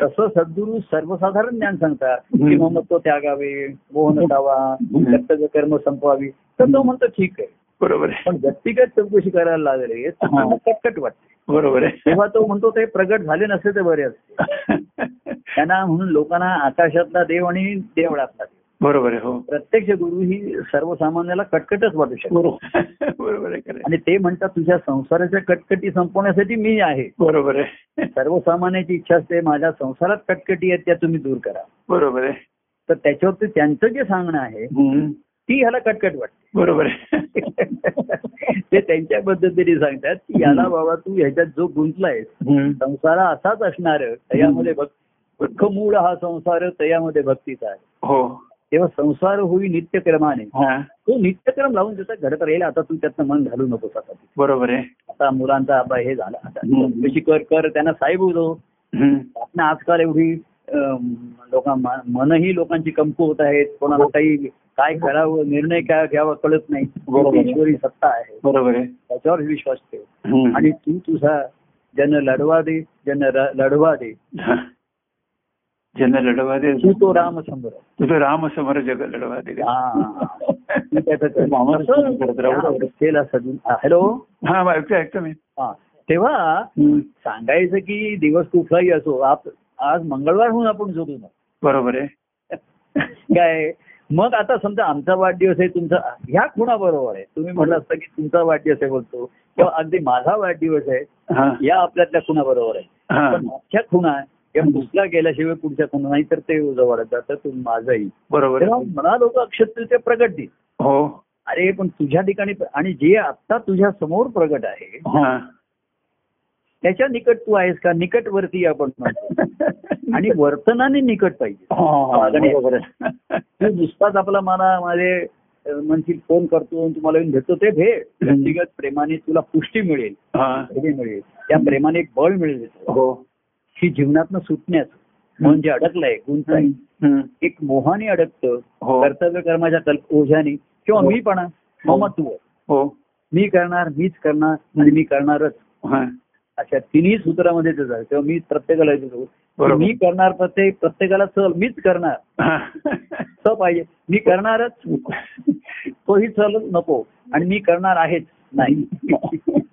Speaker 2: तसं सद्गुरू सर्वसाधारण ज्ञान सांगतात
Speaker 1: हम्म.
Speaker 2: की ममत्व त्यागावे मोहन टावा
Speaker 1: हम्म.
Speaker 2: कर्तव्य कर्म संपवावी तर तो म्हणतो ठीक आहे
Speaker 1: बरोबर आहे
Speaker 2: पण व्यक्तिगत चौकशी करायला लागले तर
Speaker 1: हा.
Speaker 2: त्यांना कटकट वाटते
Speaker 1: बरोबर आहे
Speaker 2: तेव्हा तो म्हणतो ते प्रगट झाले नसते ते बरे असते त्यांना म्हणून लोकांना आकाशातला देव आणि देवळातला देव
Speaker 1: बरोबर आहे हो
Speaker 2: प्रत्यक्ष गुरु ही सर्वसामान्याला कटकटच वाटू शकते
Speaker 1: बरोबर बरोबर आहे खरं आहे.
Speaker 2: आणि ते म्हणतात तुझ्या संसाराच्या कटकटी संपवण्यासाठी मी आहे
Speaker 1: बरोबर आहे
Speaker 2: सर्वसामान्याची इच्छा असते माझ्या संसारात कटकटी आहेत त्या तुम्ही दूर करा
Speaker 1: बरोबर आहे
Speaker 2: तर त्याच्यावरती त्यांचं जे सांगणं आहे
Speaker 1: हम्म.
Speaker 2: ती ह्याला कटकट वाटते
Speaker 1: बरोबर आहे
Speaker 2: ते त्यांच्या पद्धतीने सांगतात की याला बाबा तू ह्याच्यात जो गुंतलाय
Speaker 1: हम्म.
Speaker 2: संसारा असाच असणार त्यामध्ये भक्त दुःख मूळ हा संसार तयामध्ये भक्तीचा आहे
Speaker 1: हो
Speaker 2: तेव्हा संसार होई नित्यक्रमाने
Speaker 1: हा
Speaker 2: तो नित्यक्रम लावून जसा घडत राहील आता तू त्यातनं मन घालू नकोस आता
Speaker 1: बरोबर आहे
Speaker 2: आता मुलांचा आबा हे झाला आता
Speaker 1: हम्म.
Speaker 2: कशी कर कर त्यांना साहेब होतो
Speaker 1: हम्म.
Speaker 2: आपण आजकाल एवढी लोक मनही लोकांची कमकू होत आहेत कोणाला काही काय करावं निर्णय काय घ्यावा कळत नाही
Speaker 1: बरोबर.
Speaker 2: ईश्वरी सत्ता आहे
Speaker 1: बरोबर आहे
Speaker 2: त्याच्यावर विश्वास ठेव
Speaker 1: हम्म.
Speaker 2: आणि तू तुझा जन लढवा दे जन र- लढवा दे
Speaker 1: हा. ज्यांना लढवा दे
Speaker 2: तू तो राम समोर
Speaker 1: तुझं राम समोर जग लढवा दे
Speaker 2: तू त्याचं कर.
Speaker 1: मामाला
Speaker 2: तसं
Speaker 1: करत राहू.
Speaker 2: त्या अवस्थेला सजून हॅलो
Speaker 1: हा मग ऐकतो ऐकतो मी
Speaker 2: हा तेव्हा
Speaker 1: हम्म.
Speaker 2: सांगायचं की दिवस कुठलाही असो आप- आज मंगळवार होऊन आपण जोडू ना
Speaker 1: बरोबर आहे
Speaker 2: काय मग आता समजा आमचा वाढदिवस आहे तुमचा ह्या खुणा बरोबर आहे तुम्ही म्हटलं असतं की तुमचा वाढदिवस आहे बोलतो किंवा अगदी माझा वाढदिवस आहे
Speaker 1: हा
Speaker 2: या आपल्यातल्या खुणा बरोबर आहे
Speaker 1: हा
Speaker 2: पण मागच्या खुणा किंवा दुसऱ्या गेल्याशिवाय पुढच्या खुणा नाही तर ते जवळ जातं तू माझाही
Speaker 1: बरोबर
Speaker 2: तेव्हा
Speaker 1: आहे.
Speaker 2: मला लोक अक्षत्रिय प्रगट देईल
Speaker 1: हो
Speaker 2: अरे पण तुझ्या ठिकाणी प्र- आणि जे आता तुझ्या समोर प्रगट आहे
Speaker 1: हा
Speaker 2: त्याच्या निकट तू आहेस का निकटवरती आपण म्हणतो आणि वर्तनाने निकट पाहिजे
Speaker 1: हा, हा, बरोबर आहे.
Speaker 2: तू नुसताच आपला मला माझे अ, म्हणशील फोन करतो आणि तुम्हाला येऊन भेटतो ते भेट व्यक्तिगत प्रेमाने तुला पुष्टी मिळेल
Speaker 1: हा
Speaker 2: धैर्य मिळेल त्या प्रेमाने एक बळ मिळेल
Speaker 1: हो
Speaker 2: ही जीवनातनं सुटण्यास मन जे अडकलंय गुंतलंय
Speaker 1: हम्म.
Speaker 2: एक मोहाने अडकतं
Speaker 1: हो
Speaker 2: कर्तव्य कर्माच्या कल्प ओझ्याने किंवा
Speaker 1: हो.
Speaker 2: मीपणा ममत्व
Speaker 1: हो
Speaker 2: मी करणार मीच करणार आणि मी करणारच
Speaker 1: हा
Speaker 2: अशा तिन्ही सूत्रामध्ये ते झालं तेव्हा मी प्रत्येकाला येत होतो की
Speaker 1: बरोबर.
Speaker 2: मी करणार प्रत्येक प्रत्येकाला चल मीच करणार
Speaker 1: हा.
Speaker 2: स पाहिजे मी करणारच तोही चल नको आणि मी करणार आहेच नाही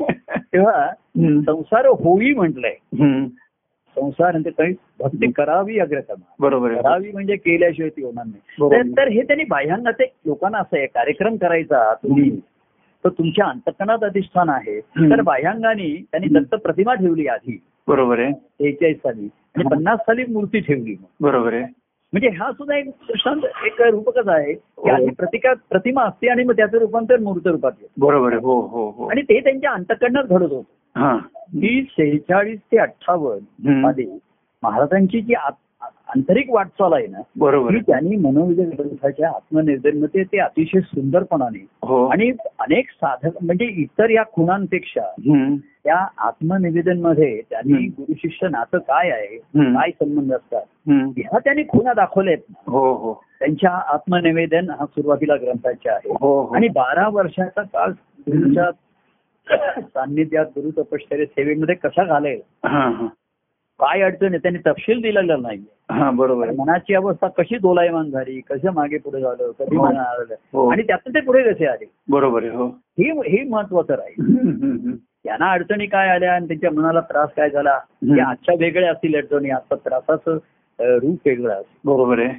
Speaker 2: तेव्हा
Speaker 1: हम्म.
Speaker 2: संसार होई म्हटलंय
Speaker 1: हम्म.
Speaker 2: संसार म्हणजे काही भक्ती करावी अग्रक्रम
Speaker 1: बरोबर आहे
Speaker 2: करावी म्हणजे केल्याशिवाय ती होणार नाही
Speaker 1: बरोबर.
Speaker 2: तर- तर हे त्यांनी बाह्यांना ते लोकांना असं आहे कार्यक्रम करायचा तुम्ही
Speaker 1: हम्म.
Speaker 2: तर तुमच्या अंतकणात अधिष्ठान आहे
Speaker 1: हम्म.
Speaker 2: तर बाह्यांगाने त्यांनी दत्त प्रतिमा ठेवली आधी
Speaker 1: बरोबर आहे
Speaker 2: एक्केचाळीस साली आणि पन्नास साली मूर्ती ठेवली
Speaker 1: बरोबर आहे
Speaker 2: म्हणजे हा सुद्धा एक दृष्टांत एक रूपकच आहे की
Speaker 1: हो.
Speaker 2: आधी प्रतिका प्रतिमा असते आणि मग त्याचं रूपांतर मूर्त रूपात येतं
Speaker 1: बरोबर आहे हो हो हो
Speaker 2: आणि ते त्यांच्या अंतकडनं घडत होतं
Speaker 1: हा
Speaker 2: ही शेहेचाळीस ते अठ्ठावन्न
Speaker 1: हम्म.
Speaker 2: मध्ये महाराजांची जी आत- आंतरिक वाटचाल आहे ना
Speaker 1: बरोबर
Speaker 2: ती
Speaker 1: आहे.
Speaker 2: त्यांनी मनोविजय ग्रंथाच्या आत्मनिर्भरमध्ये ते अतिशय सुंदरपणाने
Speaker 1: हो
Speaker 2: आणि अनेक साधक म्हणजे इतर या खुणांपेक्षा
Speaker 1: हम्म.
Speaker 2: त्या आत्मनिवेदन मध्ये त्यांनी
Speaker 1: हम्म.
Speaker 2: गुरु शिष्य नातं काय आहे
Speaker 1: हम्म.
Speaker 2: काय संबंध असतात
Speaker 1: हम्म.
Speaker 2: ह्या त्यांनी खुणा दाखवल्या आहेत ना
Speaker 1: हो हो
Speaker 2: त्यांच्या आत्मनिवेदन हा सुरुवातीला ग्रंथाच्या आहे
Speaker 1: हो हो
Speaker 2: आणि बारा वर्षाचा काळ गुरुच्या सान्निध्यात गुरु तपश्चर्य सेवेमध्ये कसा घालेल
Speaker 1: हा हा
Speaker 2: काय अडचण आहे त्यांनी तपशील दिलेला नाही
Speaker 1: हा बरोबर
Speaker 2: पण
Speaker 1: आहे
Speaker 2: मनाची अवस्था कशी दोलायमान झाली कसं मागे पुढे झालं कधी
Speaker 1: हो.
Speaker 2: मना आलं
Speaker 1: हो.
Speaker 2: आणि त्यातून ते पुढे कसे आले
Speaker 1: बरोबर आहे हो
Speaker 2: हे हे महत्वाचं राहील
Speaker 1: हम्म, हम्म, हम्म.
Speaker 2: त्यांना अडचणी काय आल्या आणि त्यांच्या मनाला त्रास काय झाला
Speaker 1: हम्म.
Speaker 2: या आजच्या वेगळ्या असतील अडचणी आता त्रासाचं अं, रूप वेगळं असेल
Speaker 1: बरोबर आहे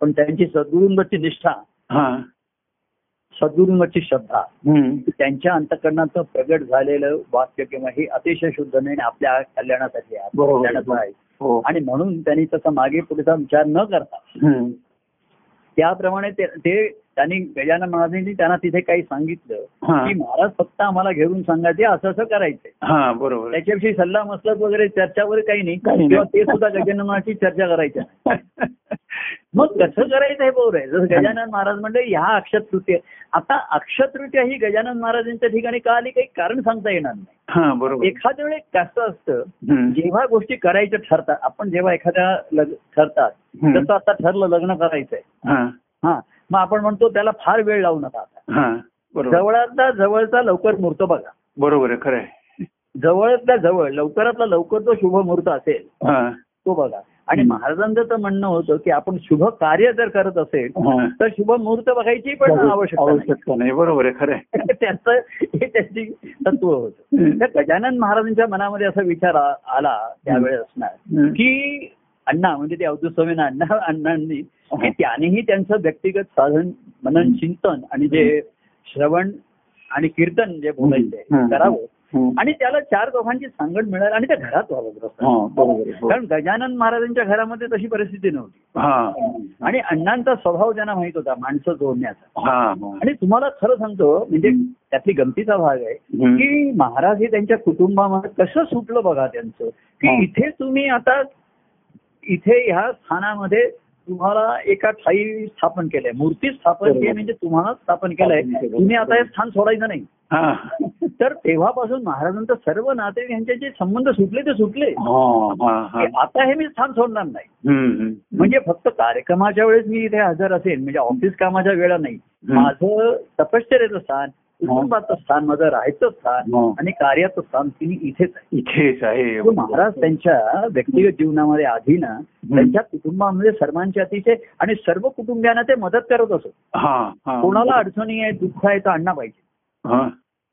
Speaker 2: पण त्यांची सद्गुरूंवरची निष्ठा
Speaker 1: हा
Speaker 2: सद्गुरूंवरची श्रद्धा
Speaker 1: हम्म.
Speaker 2: त्यांच्या अंतकरणाचं प्रगट झालेलं वाक्य किंवा हे अतिशय शुद्ध नाही आणि आपल्या कल्याणासाठी आहे, आपल्या
Speaker 1: बरोबर.
Speaker 2: कल्याणाचं आहे
Speaker 1: हो
Speaker 2: आणि म्हणून त्यांनी तसा मागे पुढेचा विचार न करता
Speaker 1: हम्म.
Speaker 2: त्याप्रमाणे ते- ते त्यांनी गजानन महाराजांनी त्यांना तिथे काही सांगितलं
Speaker 1: हा.
Speaker 2: की महाराज फक्त आम्हाला घेऊन सांगायचे असं असं करायचंय
Speaker 1: हा बरोबर आहे.
Speaker 2: त्याच्याविषयी सल्ला मसलत वगैरे चर्चावर काही नाही
Speaker 1: काही नाही.
Speaker 2: किंवा ते सुद्धा गजानन महाराजांची चर्चा करायच्या मग कसं करायचं हे बरोबर आहे जसं गजानन महाराज म्हणले ह्या अक्षत तृतीय आता अक्षत तृतीया ही गजानन महाराजांच्या ठिकाणी का आली काही कारण सांगता येणार नाही
Speaker 1: हा बरोबर
Speaker 2: एखाद्या वेळेस कसं असतं
Speaker 1: हम्म.
Speaker 2: जेव्हा गोष्टी करायच्या ठरतात आपण जेव्हा एखाद्या लग- ठरतात
Speaker 1: हम्म.
Speaker 2: जसं आता ठरलं लग्न करायचंय
Speaker 1: हा
Speaker 2: हा मग आपण म्हणतो त्याला फार वेळ लावू नका आता
Speaker 1: हा बरोबर
Speaker 2: जवळातला जवळचा लवकर मुहूर्त बघा
Speaker 1: बरोबर आहे खरं आहे
Speaker 2: जवळातला जवळ लवकरातला लवकर जो शुभ मुहूर्त असेल
Speaker 1: हा
Speaker 2: तो बघा आणि
Speaker 1: हम्म.
Speaker 2: महाराजांचं तर म्हणणं होतं की आपण शुभ कार्य जर करत असेल
Speaker 1: हा.
Speaker 2: तर शुभ मुहूर्त बघायची पण आवश्यकता नाही.
Speaker 1: आवश्यकता नाही बरोबर आहे खरं आहे
Speaker 2: त्याचं हे त्याची तत्व होतं
Speaker 1: हम्म.
Speaker 2: तर गजानन महाराजांच्या मनामध्ये असा विचार आ- आला त्यावेळेस असणार
Speaker 1: हम्म.
Speaker 2: की अण्णा म्हणजे ते अवधूत स्वामी अण्णा अण्णांनी की त्यानेही त्यांचं व्यक्तिगत साधन मनन
Speaker 1: हम्म.
Speaker 2: चिंतन आणि जे श्रवण आणि कीर्तन जे बोलायचे आहे,
Speaker 1: हम्म.
Speaker 2: ते करावं
Speaker 1: हम्म.
Speaker 2: आणि त्याला चार दोघांची सांगड मिळाली आणि त्या घरात व्हावं
Speaker 1: हा
Speaker 2: ग्रस्त.
Speaker 1: बरोबर आहे हो.
Speaker 2: कारण गजानन महाराजांच्या घरामध्ये तशी परिस्थिती नव्हती
Speaker 1: हा
Speaker 2: आणि अण्णांचा स्वभाव त्यांना माहित होता माणसं जोडण्याचा
Speaker 1: हा हा.
Speaker 2: आणि तुम्हाला खरं सांगतो म्हणजे
Speaker 1: हम्म.
Speaker 2: त्यातली गमतीचा भाग आहे
Speaker 1: हम्म.
Speaker 2: की महाराज हे त्यांच्या कुटुंबामध्ये कसं सुटलं बघा त्यांचं
Speaker 1: हा.
Speaker 2: की इथे तुम्ही आता इथे ह्या स्थानामध्ये तुम्हाला एका ठाई स्थापन केलंय मूर्ती स्थापन
Speaker 1: बरोबर.
Speaker 2: केली म्हणजे तुम्हाला स्थापन केलंय
Speaker 1: स्थापन केलं.
Speaker 2: तुम्ही आता हे स्थान सोडायचं नाही
Speaker 1: हा
Speaker 2: तर तेव्हापासून महाराजांचं सर्व नाते यांचे जे संबंध सुटले ते सुटले
Speaker 1: हा हा हा
Speaker 2: की आता हे मी स्थान सोडणार नाही
Speaker 1: हम्म, हम्म.
Speaker 2: म्हणजे फक्त कार्यक्रमाच्या वेळेस मी इथे हजर असेल म्हणजे ऑफिस कामाच्या वेळा नाही
Speaker 1: हम्म. हो.
Speaker 2: माझं तपश्चर्याचं स्थान कुटुंबाचं स्थान माझं राहायचं स्थान
Speaker 1: हा.
Speaker 2: आणि कार्याचं स्थान तिने इथेच आहे
Speaker 1: इथेच आहे
Speaker 2: तो
Speaker 1: हो.
Speaker 2: महाराज त्यांच्या व्यक्तिगत जीवनामध्ये आधी ना त्यांच्या कुटुंबामध्ये सर्वांच्या अतिशय आणि सर्व कुटुंबियांना ते मदत करत असत
Speaker 1: हा हा
Speaker 2: कोणाला अडचणी आहे दुःख आहे तर आणला पाहिजे
Speaker 1: हा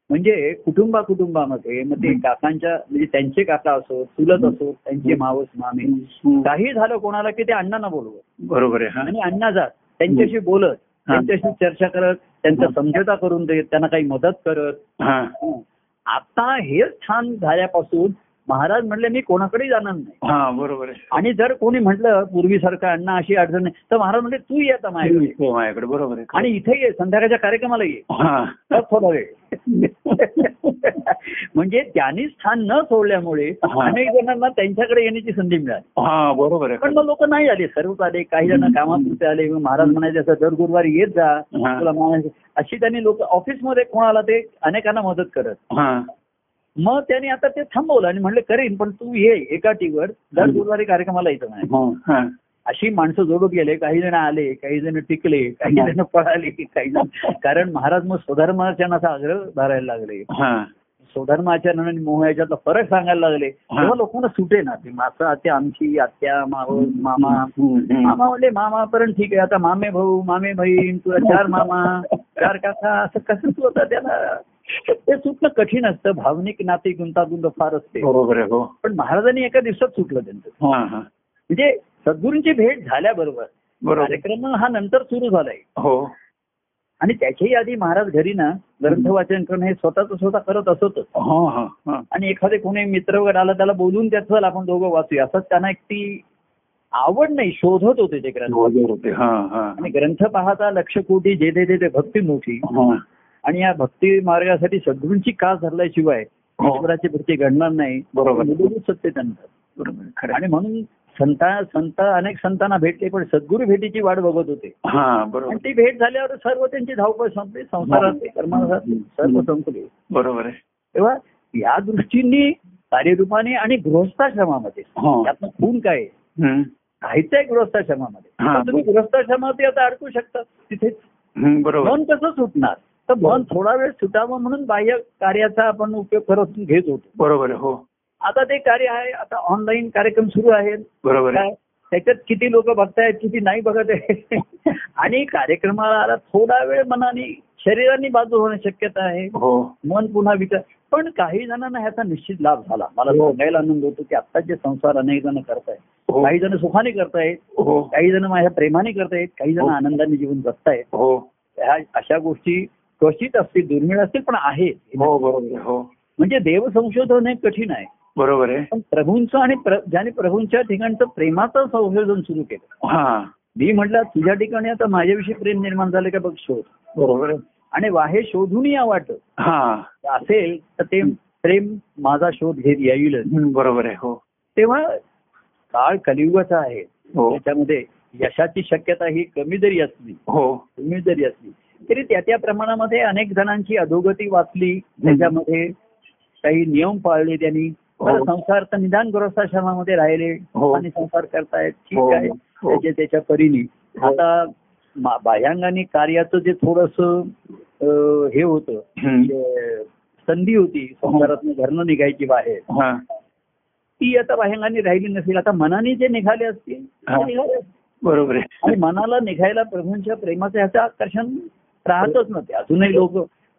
Speaker 2: म्हणजे कुटुंबा कुटुंबामध्ये मग ते काकांच्या म्हणजे त्यांचे काका असो चुलत असो त्यांचे मावस मामे
Speaker 1: हम्म.
Speaker 2: काही झालं कोणाला की ते अण्णांना बोलवत
Speaker 1: बरोबर आहे हा
Speaker 2: आणि अण्णा जात त्यांच्याशी बोलत
Speaker 1: हा.
Speaker 2: त्यांच्याशी चर्चा करत त्यांचा समझोता करून देत त्यांना काही मदत करत
Speaker 1: हा
Speaker 2: आता हे स्थान झाल्यापासून महाराज म्हणले मी कोणाकडे जाणार नाही
Speaker 1: हा बरोबर आहे
Speaker 2: आणि जर कोणी म्हटलं पूर्वीसारखं अण्णा अशी अडचण नाही तर महाराज म्हणले तू ये आता माझ्याकडे
Speaker 1: हो, माझ्याकडे बरोबर आहे
Speaker 2: आणि इथे ये संध्याकाळच्या कार्यक्रमाला ये
Speaker 1: हा
Speaker 2: तर थोडा वेळ म्हणजे त्यांनी स्थान न सोडल्यामुळे
Speaker 1: हा.
Speaker 2: अनेक जणांना त्यांच्याकडे येण्याची संधी मिळाली
Speaker 1: हा बरोबर आहे
Speaker 2: पण मग लोक नाही आले सर्वच आले काही जण
Speaker 1: हम्म.
Speaker 2: कामापुरते आले मग महाराज म्हणायचे असं दर गुरुवारी येत जा
Speaker 1: हा.
Speaker 2: तुला महाराज- अशी त्यांनी लोक ऑफिसमध्ये कोणाला ते अनेकांना मदत करत
Speaker 1: हा
Speaker 2: मग त्यांनी आता ते थांबवलं आणि म्हणले करेन पण तू ये एका टीवर दर
Speaker 1: हम्म.
Speaker 2: गुरुवारी कार्यक्रमाला येतो म्हणे
Speaker 1: हो, हा
Speaker 2: अशी माणसं जोडून गेले काही जण आले काही जण टिकले काही
Speaker 1: हा.
Speaker 2: जण पळाले काही जण कारण महाराज मग स्वधर्माचरणाचा आग्रह धरायला लागले
Speaker 1: हा
Speaker 2: स्वधर्माचरण आणि मोह याच्यातला फरक सांगायला लागले तेव्हा लोकांना सुटे ना ते मासं आत्या आमची आत्या माव मामा
Speaker 1: हम्म, हम्म.
Speaker 2: मामा म्हणले मामा पर्यंत ठीक आहे आता मामे भाऊ मामे बहीण तुला चार मामा चार काका असं कसं तू आता त्याला ते सुटणं कठीण असतं भावनिक नाते गुंतागुंत फार असते
Speaker 1: बरोबर आहे हो
Speaker 2: पण महाराजांनी एका दिवसात सुटलं त्यांचं
Speaker 1: हा हा
Speaker 2: म्हणजे सद्गुरूंची भेट झाल्याबरोबर
Speaker 1: बरोबर
Speaker 2: कार्यक्रम हा नंतर सुरू झालाय
Speaker 1: हो
Speaker 2: आणि त्याच्याही आधी महाराज घरी ना ग्रंथ वाचन करणं हे स्वतःच स्वतः करत असतच
Speaker 1: हा हा हा
Speaker 2: आणि एखादे कोणी मित्र वगैरे आला त्याला बोलून त्यात चल आपण दोघं वाचूया असंच त्यांना एक ती आवड नाही शोधत होते ते ग्रंथ
Speaker 1: बरोबर होते हा हा
Speaker 2: आणि ग्रंथ पाहता लक्ष कोटी जे ते ते भक्ती मोठी
Speaker 1: हा
Speaker 2: आणि या भक्ती मार्गासाठी सद्गुरूंची का धरल्याशिवाय
Speaker 1: हो.
Speaker 2: ईश्वराची भक्ती घडणार नाही
Speaker 1: बरोबर.
Speaker 2: मूलभूत सत्य त्यांचं
Speaker 1: बरोबर आहे, खरं आहे.
Speaker 2: आणि म्हणून संता संत अनेक संतांना भेटले पण सद्गुरू भेटीची वाट बघत होते
Speaker 1: हा
Speaker 2: आणि
Speaker 1: बरोबर
Speaker 2: ती भेट झाल्यावर सर्व त्यांची धावपळ संपली
Speaker 1: हो.
Speaker 2: संसारात कर्मात सर्व संपले
Speaker 1: बरोबर आहे
Speaker 2: तेव्हा या दृष्टीने कार्यरूपाने आणि गृहस्थाश्रमामध्ये
Speaker 1: हा.
Speaker 2: त्यातनं खून काय आहे?
Speaker 1: हो. हम्म.
Speaker 2: काहीच आहे गृहस्थाश्रमामध्ये
Speaker 1: हा.
Speaker 2: तर तुम्ही गृहस्थाश्रमामध्ये आता अडकू शकता तिथेच
Speaker 1: हम्म, बरोबर
Speaker 2: मन कसं सुटणार तर मन थोडा वेळ सुटावं म्हणून बाह्य कार्याचा आपण उपयोग करत घेत होतो
Speaker 1: बरोबर आहे हो
Speaker 2: आता ते कार्य आहे आता ऑनलाईन कार्यक्रम सुरू आहेत
Speaker 1: बरोबर आहे
Speaker 2: काय? त्याच्यात किती लोक बघतायत किती नाही बघत आहे आणि कार्यक्रमाला आला थोडा वेळ मनाने शरीराने बाजू होणे शक्यता आहे
Speaker 1: हो
Speaker 2: मन पुन्हा विचार पण काही जणांना ह्याचा निश्चित लाभ झाला मला सांगायला आनंद होतो की आत्ताचे संसार अनेक जण करतायत
Speaker 1: हो
Speaker 2: काही जण सुखाने करतायत
Speaker 1: हो
Speaker 2: काही जण माझ्या प्रेमाने करतायत काही जण
Speaker 1: हो.
Speaker 2: आनंदाने जीवन जगतायत
Speaker 1: हो
Speaker 2: ह्या अशा गोष्टी क्वचित असतील दुर्मिळ असतील पण आहेत
Speaker 1: हो बरोबर आहे, हो
Speaker 2: म्हणजे देवसंशोधन हे कठीण आहे
Speaker 1: बरोबर आहे
Speaker 2: पण प्रभूंचं आणि प्र- ज्याने प्रभूंच्या ठिकाणचं प्रेमाचं संशोधन सुरू केलं
Speaker 1: हा
Speaker 2: मी म्हटलं तुझ्या ठिकाणी आता माझ्याविषयी प्रेम निर्माण झालं का बघ शोध
Speaker 1: बरोबर आहे
Speaker 2: आणि वाहे शोधून या वाट
Speaker 1: हा
Speaker 2: असेल तर ते प्रेम माझा शोध घेत येईलच
Speaker 1: हं, बरोबर आहे हो
Speaker 2: तेव्हा काळ कलियुगाचा आहे
Speaker 1: हो
Speaker 2: त्याच्यामध्ये यशाची शक्यता ही कमी जरी असली
Speaker 1: हो
Speaker 2: कमी जरी असली तरी त्या त्या प्रमाणामध्ये अनेक जणांची अधोगती वाचली त्याच्यामध्ये काही नियम पाळले त्यांनी बरं, संसार तर निदान गृहस्थाश्रमामध्ये राहिले
Speaker 1: हो.
Speaker 2: आणि संसार करतायत ठीक
Speaker 1: हो.
Speaker 2: आहे
Speaker 1: हो.
Speaker 2: त्याच्या त्याच्या परीने
Speaker 1: हो.
Speaker 2: आता मा- बाह्यांगाने कार्याचं जे थोडस हे होतं
Speaker 1: हं.
Speaker 2: म्हणजे संधी होती संसारातून घरनं निघायची बाहेर
Speaker 1: हा
Speaker 2: ती आता बाह्यांगाने राहिली नसेल आता मनाने जे निघाले असतील ते
Speaker 1: हा.
Speaker 2: निघाले असतील.
Speaker 1: बरोबर आहे
Speaker 2: आणि मनाला निघायला प्रभूंच्या प्रेमाचं ह्याचं आकर्षण राहतच नव्हते अजूनही लोक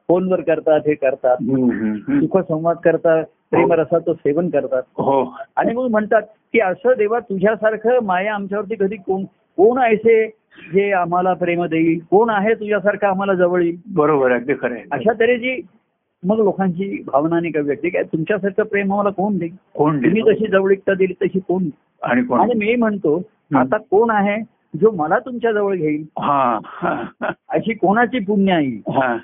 Speaker 2: फोनवर करतात हे करतात
Speaker 1: हं, हं, हं.
Speaker 2: सुखसंवाद करतात प्रेमरसाचं सेवन करतात
Speaker 1: हो
Speaker 2: आणि मग म्हणतात की असं देवा तुझ्यासारखं माया आमच्यावरती कधी कोण कोण ऐसे जे आम्हाला प्रेम देईल कोण आहे तुझ्यासारखं आम्हाला जवळ येईल
Speaker 1: बरोबर आहे अगदी खरं आहे
Speaker 2: अशा तऱ्हेची मग लोकांची भावना आणि का व्यक्ती काय तुमच्यासारखं प्रेम आम्हाला कोण देईल
Speaker 1: कोण
Speaker 2: तुम्ही
Speaker 1: देतो?
Speaker 2: जशी जवळीकता दिली तशी कोण देईल?
Speaker 1: आणि
Speaker 2: आणि
Speaker 1: कोण
Speaker 2: मी म्हणतो आता कोण आहे जो मला तुमच्या जवळ घेईल
Speaker 1: हा हा
Speaker 2: अशी कोणाची पुण्य आहे
Speaker 1: हा.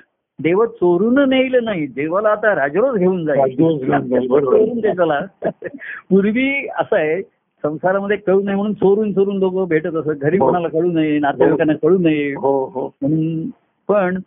Speaker 2: देव चोरून नेईल नाही देवाला आता राजरोज घेऊन जाईल
Speaker 1: राजरोस घेऊन जाईल, बरोबर.
Speaker 2: चोरून ते चला पूर्वी असं आहे संसारामध्ये कळू नये म्हणून चोरून चोरून लोक भेटत असत घरी
Speaker 1: हो.
Speaker 2: कोणाला कळू नये नातेवाईकांना कळू नये
Speaker 1: हो हो
Speaker 2: म्हणून पण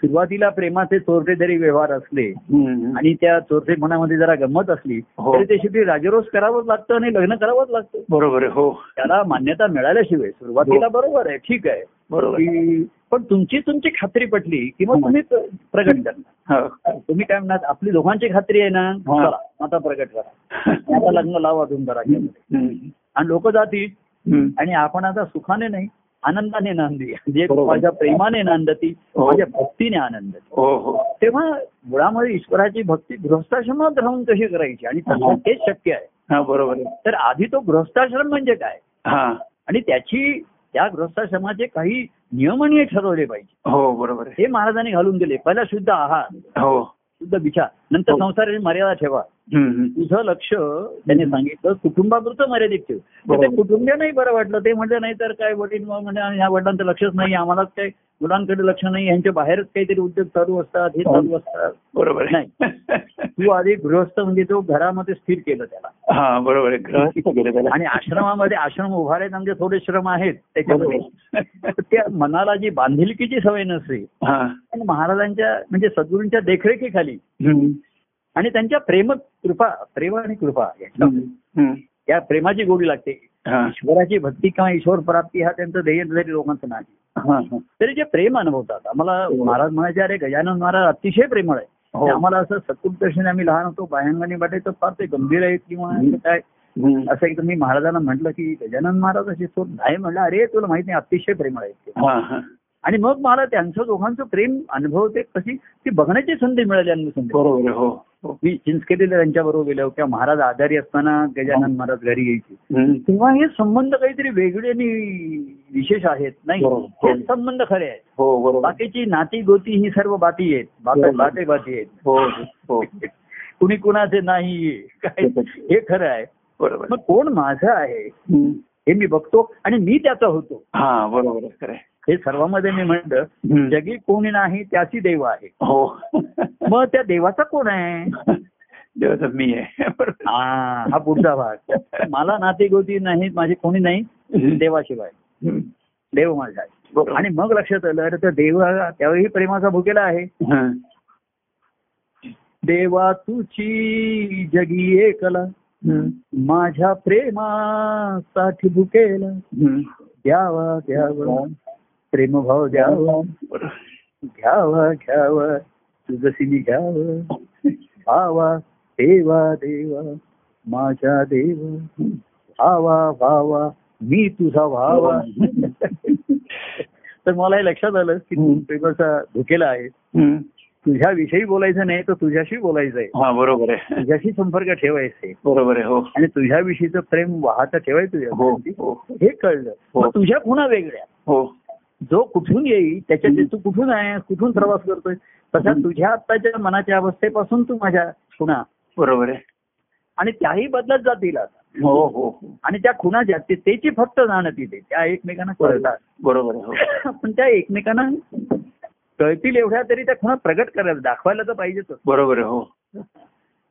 Speaker 2: सुरुवातीला प्रेमाचे चोरटे जरी व्यवहार असले
Speaker 1: हं.
Speaker 2: आणि त्या चोरटेपणामध्ये जरा गंमत असली
Speaker 1: हो.
Speaker 2: तरी ते शेवटी राजरोज करावंच लागतं आणि लग्न करावंच लागतं
Speaker 1: बरोबर आहे हो
Speaker 2: त्याला मान्यता मिळाल्याशिवाय सुरुवातीला बरोबर आहे ठीक आहे
Speaker 1: बरोबर आहे.
Speaker 2: की पण तुमची तुमची खात्री पटली किंवा
Speaker 1: हो.
Speaker 2: तुम्ही प्र- प्रगट करणार
Speaker 1: हा.
Speaker 2: तुम्ही काय म्हणणार आपली दोघांची खात्री आहे ना
Speaker 1: हा.
Speaker 2: चला आता प्रगट करा आता लग्न लावा अजून जरा
Speaker 1: हं, हं,
Speaker 2: आणि लोक जातील
Speaker 1: हं.
Speaker 2: आणि आपण आता सुखाने नाही आनंदाने नांदी जे
Speaker 1: बरोबर.
Speaker 2: माझ्या प्रेमाने नांदती
Speaker 1: हो.
Speaker 2: माझ्या भक्तीने आनंदती
Speaker 1: हो हो
Speaker 2: तेव्हा मुळामुळे ईश्वराची भक्ती गृहस्थाश्रमात राहून कशी करायची आणि
Speaker 1: हा.
Speaker 2: तसं तेच शक्य आहे
Speaker 1: हा बरोबर आहे
Speaker 2: तर आधी तो गृहस्थाश्रम म्हणजे काय
Speaker 1: हा
Speaker 2: आणि त्याची त्या गृहस्थाश्रमाचे काही नियमनीय ठरवले पाहिजे
Speaker 1: हो बरोबर आहे
Speaker 2: हे महाराजांनी घालून दिले पहिला शुद्ध आहार
Speaker 1: हो
Speaker 2: शुद्ध विचार नंतर
Speaker 1: हो.
Speaker 2: संसाराची मर्यादा ठेवा
Speaker 1: हं, हं.
Speaker 2: तुझं लक्ष त्याने सांगितलं कुटुंबापुरतं मर्यादित ठेव तर ते
Speaker 1: बरोबर.
Speaker 2: कुटुंबियांनाही बरं वाटलं ते म्हणजे नाही तर काय वडील मग म्हणजे ह्या वडिलांचं लक्षच नाही आम्हालाच काही मुलांकडे लक्ष नाही यांच्या बाहेरच काहीतरी उद्योग चालू असतात हे चालू असतात
Speaker 1: बरोबर आहे
Speaker 2: तू आधी गृहस्थ म्हणजे तो घरामध्ये स्थिर केलं त्याला
Speaker 1: हा बरोबर आहे ग्रहस्थ केलं त्याला
Speaker 2: आणि आश्रमामध्ये आश्रम उभारायचे आमचे थोडे श्रम आहेत त्याच्यामध्ये
Speaker 1: हो. बरोबर.
Speaker 2: तर त्या मनाला जी बांधिलकीची सवय नसते
Speaker 1: हा
Speaker 2: आणि महाराजांच्या म्हणजे सद्गुरूंच्या देखरेखीखाली
Speaker 1: हं,
Speaker 2: आणि त्यांच्या प्रेम कृपा प्रेम आणि कृपा याच्या-
Speaker 1: हं, हं.
Speaker 2: या प्रेमाची गोडी लागते
Speaker 1: हा
Speaker 2: ईश्वराची भक्ती किंवा ईश्वर प्राप्ती हा त्यांचं ध्येय जरी लोकांचं नाही
Speaker 1: हा, हा.
Speaker 2: तरी जे प्रेम अनुभवतात आम्हाला
Speaker 1: हो.
Speaker 2: महाराज म्हणायचे अरे गजानन महाराज अतिशय प्रेमळ आहे
Speaker 1: हो.
Speaker 2: ते आम्हाला असं सकुट दर्शन आम्ही लहान होतो बाह्यांगाने वाटायचं फार ते गंभीर आहेत किंवा
Speaker 1: हम्म.
Speaker 2: काय
Speaker 1: हं.
Speaker 2: असं एकदा मी महाराजांना म्हटलं की गजानन महाराज असे सोड नाही म्हणलं अरे तुला माहित नाही अतिशय प्रेमळ आहेत ते.
Speaker 1: हा हा
Speaker 2: आणि मग मला त्यांचं दोघांचं प्रेम अनुभवते कशी ती बघण्याची संधी मिळाली अनुसंधी
Speaker 1: बरोबर आहे, हो हो
Speaker 2: मी चिंचखेडीला त्यांच्याबरोबर गेलो किंवा महाराज आजारी असताना
Speaker 1: हो.
Speaker 2: गजानन महाराज घरी यायचे
Speaker 1: हं.
Speaker 2: तेव्हा हे संबंध काहीतरी वेगळे आणि विशेष आहेत नाही
Speaker 1: बरोबर.
Speaker 2: हे संबंध खरे आहेत
Speaker 1: हो बरोबर
Speaker 2: बाकीची नाती गोती ही सर्व बाती आहेत बात-
Speaker 1: बरोबर.
Speaker 2: बाते बाती आहेत
Speaker 1: हो हो
Speaker 2: कुणी कुणाचे नाही काय हे खरं आहे
Speaker 1: बरोबर
Speaker 2: मग कोण माझं आहे
Speaker 1: हं.
Speaker 2: हे मी बघतो आणि मी त्याचा होतो
Speaker 1: हा बरोबर आहे खरं आहे.
Speaker 2: हे सर्वांमध्ये मी म्हणलं
Speaker 1: हं.
Speaker 2: जगी कोणी नाही त्याची देव आहे
Speaker 1: हो
Speaker 2: मग त्या देवाचा कोण आहे
Speaker 1: देवाचं मी आहे बरोबर
Speaker 2: हा हा पुढचा भाग मला नाते गोती नाही माझे कोणी नाही देवाशिवाय
Speaker 1: हं.
Speaker 2: देव माझा आहे
Speaker 1: बरोबर.
Speaker 2: आणि मग लक्षात आलं अरे तर देव त्यावेळी प्रेमाचा भुकेला आहे
Speaker 1: हं.
Speaker 2: देवा तुझी जगी एकला
Speaker 1: हं.
Speaker 2: माझ्या प्रेमासाठी भुकेला
Speaker 1: हं.
Speaker 2: द्यावा द्यावा प्रेमभाव द्यावा
Speaker 1: बरोबर.
Speaker 2: घ्यावा घ्यावा तुझसी मी घ्यावा भावा देवा देवा माझ्या देवा
Speaker 1: हं.
Speaker 2: भावा भावा मी तुझा भावा तर मला हे लक्षात आलं की तू
Speaker 1: हं.
Speaker 2: प्रेमाचा धुकेला आहे
Speaker 1: हं.
Speaker 2: तुझ्याविषयी बोलायचं नाही तर तुझ्याशी बोलायचं आहे
Speaker 1: हा बरोबर आहे
Speaker 2: तुझ्याशी संपर्क ठेवायचे
Speaker 1: बरोबर आहे हो
Speaker 2: आणि तुझ्याविषयीचं प्रेम वाहतं ठेवायचं
Speaker 1: हो
Speaker 2: तुझ्या
Speaker 1: हो
Speaker 2: हे कळलं
Speaker 1: हो.
Speaker 2: मग तुझ्या खुणा वेगळ्या
Speaker 1: हो
Speaker 2: जो कुठून येईल त्याच्यात
Speaker 1: हं.
Speaker 2: तू कुठून आहे कुठून प्रवास करतोय तसा
Speaker 1: हं.
Speaker 2: तुझ्या आत्ताच्या मनाच्या अवस्थेपासून तू माझ्या खुणा
Speaker 1: बरोबर आहे
Speaker 2: आणि त्याही बदलत जातील आता
Speaker 1: हो हो हो
Speaker 2: आणि त्या खुणा ज्या आहेत, त्याची फक्त जाणं तिथे त्या एकमेकांना कळतात
Speaker 1: बरोबर आहे हो
Speaker 2: पण त्या एकमेकांना कळतील एवढ्या तरी त्या खुणा प्रगट करायला दाखवायला तर पाहिजेच
Speaker 1: बरोबर आहे हो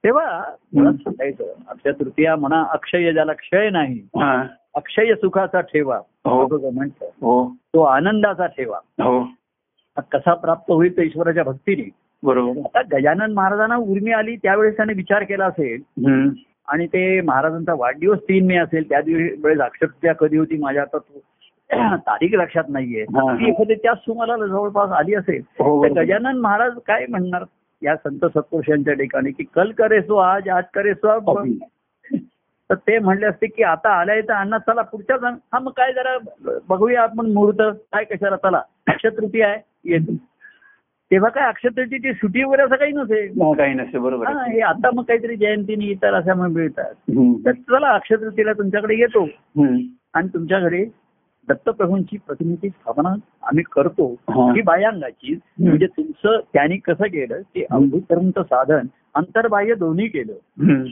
Speaker 2: तेव्हा मला सांगायचं अक्षय तृतीया म्हणा अक्षय ज्याला क्षय नाही
Speaker 1: हा.
Speaker 2: अक्षय सुखाचा ठेवा
Speaker 1: हो.
Speaker 2: असं म्हणतं
Speaker 1: हो
Speaker 2: तो आनंदाचा ठेवा
Speaker 1: हो
Speaker 2: हा कसा प्राप्त होईल तो ईश्वराच्या भक्तीने
Speaker 1: बरोबर आहे.
Speaker 2: आता गजानन महाराजांना उर्मी आली त्यावेळेस त्याने विचार केला असेल
Speaker 1: हम्म. हो,
Speaker 2: आणि ते महाराजांचा वाढदिवस तीन मे असेल त्या दिवशी वेळेस अक्षरत्या कधी होती माझ्या आता तो तारीख लक्षात नाहीये
Speaker 1: हा.
Speaker 2: ती एखादी त्याच सुमाला जवळपास आली असेल
Speaker 1: हो,
Speaker 2: तर
Speaker 1: बरोबर.
Speaker 2: गजानन महाराज काय म्हणणार या संत सत्पुरुषांच्या ठिकाणी की कल करे सो आज आज करे सो अब.
Speaker 1: अगदी.
Speaker 2: तर ते म्हणले असते की आता आलाय तर अण्णा चला पुढच्या जण हा मग काय जरा बघूया आपण मुहूर्त काय कशाला चला अक्षय तृतीय आहे येतो तेव्हा काय अक्षय तृतीयेची सुटी वगैरे असं काही नसे
Speaker 1: नाही, काही नसते बरोबर
Speaker 2: हा,
Speaker 1: आहे
Speaker 2: हे आता मग काहीतरी जयंतीने इतर अशा मग मिळतात
Speaker 1: हम्म.
Speaker 2: तर चला अक्षय तृतीयेला तुमच्याकडे येतो
Speaker 1: हम्म.
Speaker 2: आणि तुमच्याकडे दत्तप्रभूंची प्रतिनिधी स्थापना आम्ही करतो
Speaker 1: हा.
Speaker 2: ही बाह्यांगाची म्हणजे तुमचं त्यांनी कसं केलं की अंभूकरणचं साधन अंतर्बाह्य दोन्ही केलं
Speaker 1: हम्म.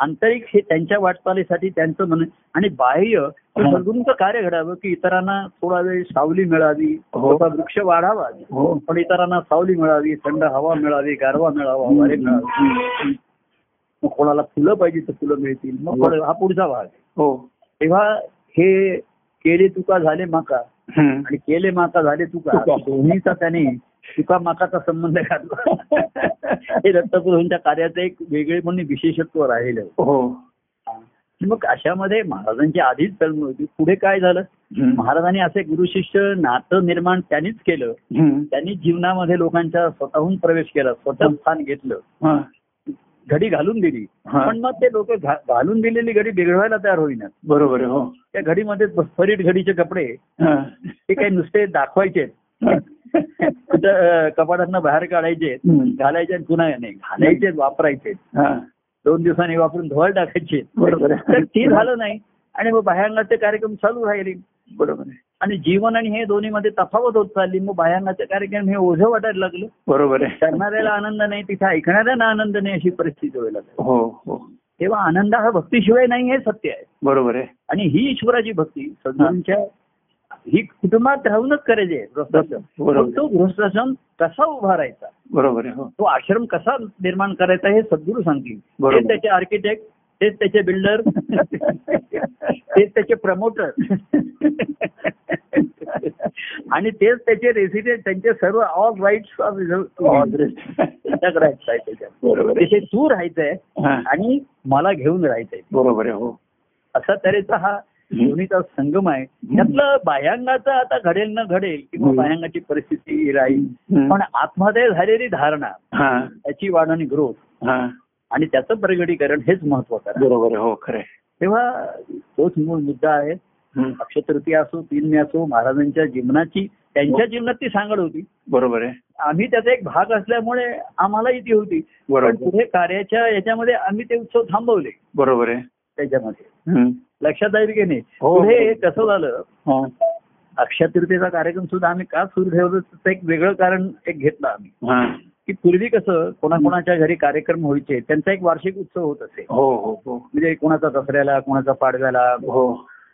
Speaker 2: आंतरिक हे त्यांच्या वाटचालीसाठी त्यांचं मन आणि बाह्य हे
Speaker 1: हा.
Speaker 2: सद्गुरूंचं कार्य घडावं की इतरांना थोडा वेळ सावली मिळावी
Speaker 1: हो.
Speaker 2: थोडा वृक्ष वाढावा
Speaker 1: हो
Speaker 2: पण इतरांना सावली मिळावी थंड हवा मिळावी गारवा मिळावा
Speaker 1: हो.
Speaker 2: वारे मिळावी
Speaker 1: हम्म.
Speaker 2: मग कोणाला फुलं पाहिजे तर फुलं मिळतील मग
Speaker 1: हो.
Speaker 2: फळं- हा पुढचा भाग
Speaker 1: हो
Speaker 2: तेव्हा हे केले तुका झाले माका
Speaker 1: हम्म.
Speaker 2: आणि केले माका झाले तुका
Speaker 1: तुका.
Speaker 2: दोन्हीचा त्याने तुका माकाचा संबंध घातला हे दत्तप्रभूंच्या कार्याचं एक वेगळे म्हणून विशेषत्व राहिलं
Speaker 1: हो
Speaker 2: मग अशामध्ये महाराजांची आधीच जन्म होती पुढे काय झालं
Speaker 1: हम्म.
Speaker 2: महाराजांनी असे गुरुशिष्य नातं निर्माण त्यांनीच केलं
Speaker 1: हम्म.
Speaker 2: त्यांनी जीवनामध्ये लोकांच्या स्वतःहून प्रवेश केला स्वतः स्थान घेतलं
Speaker 1: हा.
Speaker 2: घडी घालून दिली
Speaker 1: हा.
Speaker 2: पण मग ते लोक घालून दिलेली घडी बिघडवायला तयार होईना
Speaker 1: बरोबर आहे हो
Speaker 2: त्या घडीमध्ये फरीट घडीचे कपडे
Speaker 1: हा.
Speaker 2: ते काही नुसते दाखवायचे
Speaker 1: हा.
Speaker 2: कपाटातनं बाहेर काढायचे
Speaker 1: हम्म.
Speaker 2: घालायचे आणि पुन्हा नाही घालायचे वापरायचे
Speaker 1: हा.
Speaker 2: दोन दिवसांनी वापरून धुवायला टाकायचे
Speaker 1: बरोबर आहे.
Speaker 2: तर ते झालं नाही आणि मग बाह्यांगाचे कार्यक्रम चालू राहिले
Speaker 1: बरोबर आहे
Speaker 2: आणि जीवन आणि हे दोन्हीमध्ये तफावत होत चालली मग बाह्यांगाचे कार्यक्रम हे ओझं वाटायला लागलं
Speaker 1: बरोबर आहे
Speaker 2: करणाऱ्याला आनंद नाही तिथे ऐकणाऱ्याला आनंद नाही अशी परिस्थिती व्हायला लागली
Speaker 1: हो हो
Speaker 2: तेव्हा आनंद हा भक्तीशिवाय नाही हे सत्य आहे
Speaker 1: बरोबर आहे
Speaker 2: आणि ही ईश्वराची भक्ती सद्गुरूंच्या ही कुटुंबात राहूनच करायची आहे गृहस्थाश्रम.
Speaker 1: बरोबर.
Speaker 2: मग तो गृहस्थाश्रम कसा उभारायचा
Speaker 1: बरोबर आहे हो
Speaker 2: तो आश्रम कसा निर्माण करायचा हे सद्गुरू सांगतील
Speaker 1: बरोबर.
Speaker 2: तेच त्याचे आर्किटेक्ट तेच त्याचे बिल्डर तेच त्याचे प्रमोटर आणि तेच त्याचे रेसिडेंट त्यांचे सर्व ऑल राईट्स ऑफ रिझर्व राहायचं आहे त्याच्यात
Speaker 1: बरोबर आहे
Speaker 2: तिथे तू राहायचंय
Speaker 1: हा.
Speaker 2: आणि मला घेऊन राहायचंय
Speaker 1: बरोबर आहे हो
Speaker 2: असा तऱ्हेचा हा दोन्हीचा संगम आहे त्यातलं बाह्यांगाचं आता घडेल न घडेल किंवा
Speaker 1: हम्म.
Speaker 2: बाह्यांगाची परिस्थिती राहील
Speaker 1: हम्म.
Speaker 2: पण आतमध्ये झालेली धारणा
Speaker 1: हा
Speaker 2: त्याची वाढ आणि ग्रोथ
Speaker 1: हा
Speaker 2: आणि त्याचं प्रगटीकरण हेच महत्वाचं आहे
Speaker 1: बरोबर आहे हो खरे
Speaker 2: तेव्हा तोच मूळ मुद्दा आहे अक्षय तृतीया असो तीन मे असो महाराजांच्या जीवनाची त्यांच्या जीवनात ती सांगड होती
Speaker 1: बरोबर आहे
Speaker 2: आम्ही त्याचा एक भाग असल्यामुळे आम्हालाही ती होती पण
Speaker 1: बरोबर
Speaker 2: पुढे कार्याच्या याच्यामध्ये आम्ही ते उत्सव थांबवले
Speaker 1: बरोबर आहे
Speaker 2: त्याच्यामध्ये
Speaker 1: हम्म.
Speaker 2: लक्षात येईल की नाही
Speaker 1: हो.
Speaker 2: पुढे कसं झालं
Speaker 1: हा.
Speaker 2: अक्षय तृतीयेचा कार्यक्रम सुद्धा आम्ही का सुरू ठेवलं त्याचं एक वेगळं कारण एक घेतलं आम्ही
Speaker 1: हा.
Speaker 2: की पूर्वी कसं कोणाकोणाच्या घरी कार्यक्रम व्हायचे त्यांचा एक वार्षिक उत्सव होत असे
Speaker 1: हो हो हो
Speaker 2: म्हणजे कोणाचा दसऱ्याला कोणाचा पाडव्याला
Speaker 1: हो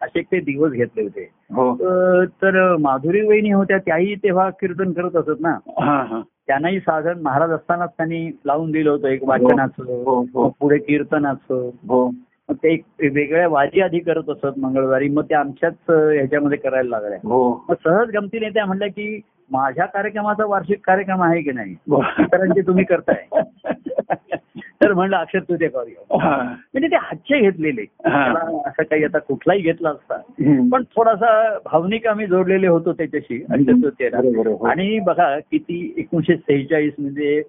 Speaker 2: असे ते दिवस घेतले होते
Speaker 1: हो
Speaker 2: अं, तर माधुरी वहिनी होत्या त्याही तेव्हा कीर्तन करत असत ना
Speaker 1: हा हा
Speaker 2: त्यांनाही साधन महाराज असतानाच त्यांनी लावून दिलं होतं एक
Speaker 1: हो,
Speaker 2: वाचनाचं
Speaker 1: हो.
Speaker 2: मग पुढे कीर्तनाचं
Speaker 1: हो
Speaker 2: मग ते एक वेगळ्या वाजी आधी करत असत मंगळवारी मग ते आमच्याच अं, ह्याच्यामध्ये करायला लागल्या
Speaker 1: हो
Speaker 2: मग सहज गमतीने त्या म्हणल्या की माझ्या कार्यक्रमाचा वार्षिक कार्यक्रम आहे की नाही इतरांचे तुम्ही करताय तर म्हणलं अक्षर तुझे करूया
Speaker 1: हा.
Speaker 2: म्हणजे ते हातचे घेतलेले
Speaker 1: हा.
Speaker 2: त्याला असं काही आता कुठलाही घेतला असता
Speaker 1: हम्म.
Speaker 2: पण थोडासा भावनिक आम्ही जोडलेले होतो त्याच्याशी अक्षर तृतीयेला
Speaker 1: बरोबर आहे, हो.
Speaker 2: आणि बघा किती एकोणीशे सेहेचाळीस म्हणजे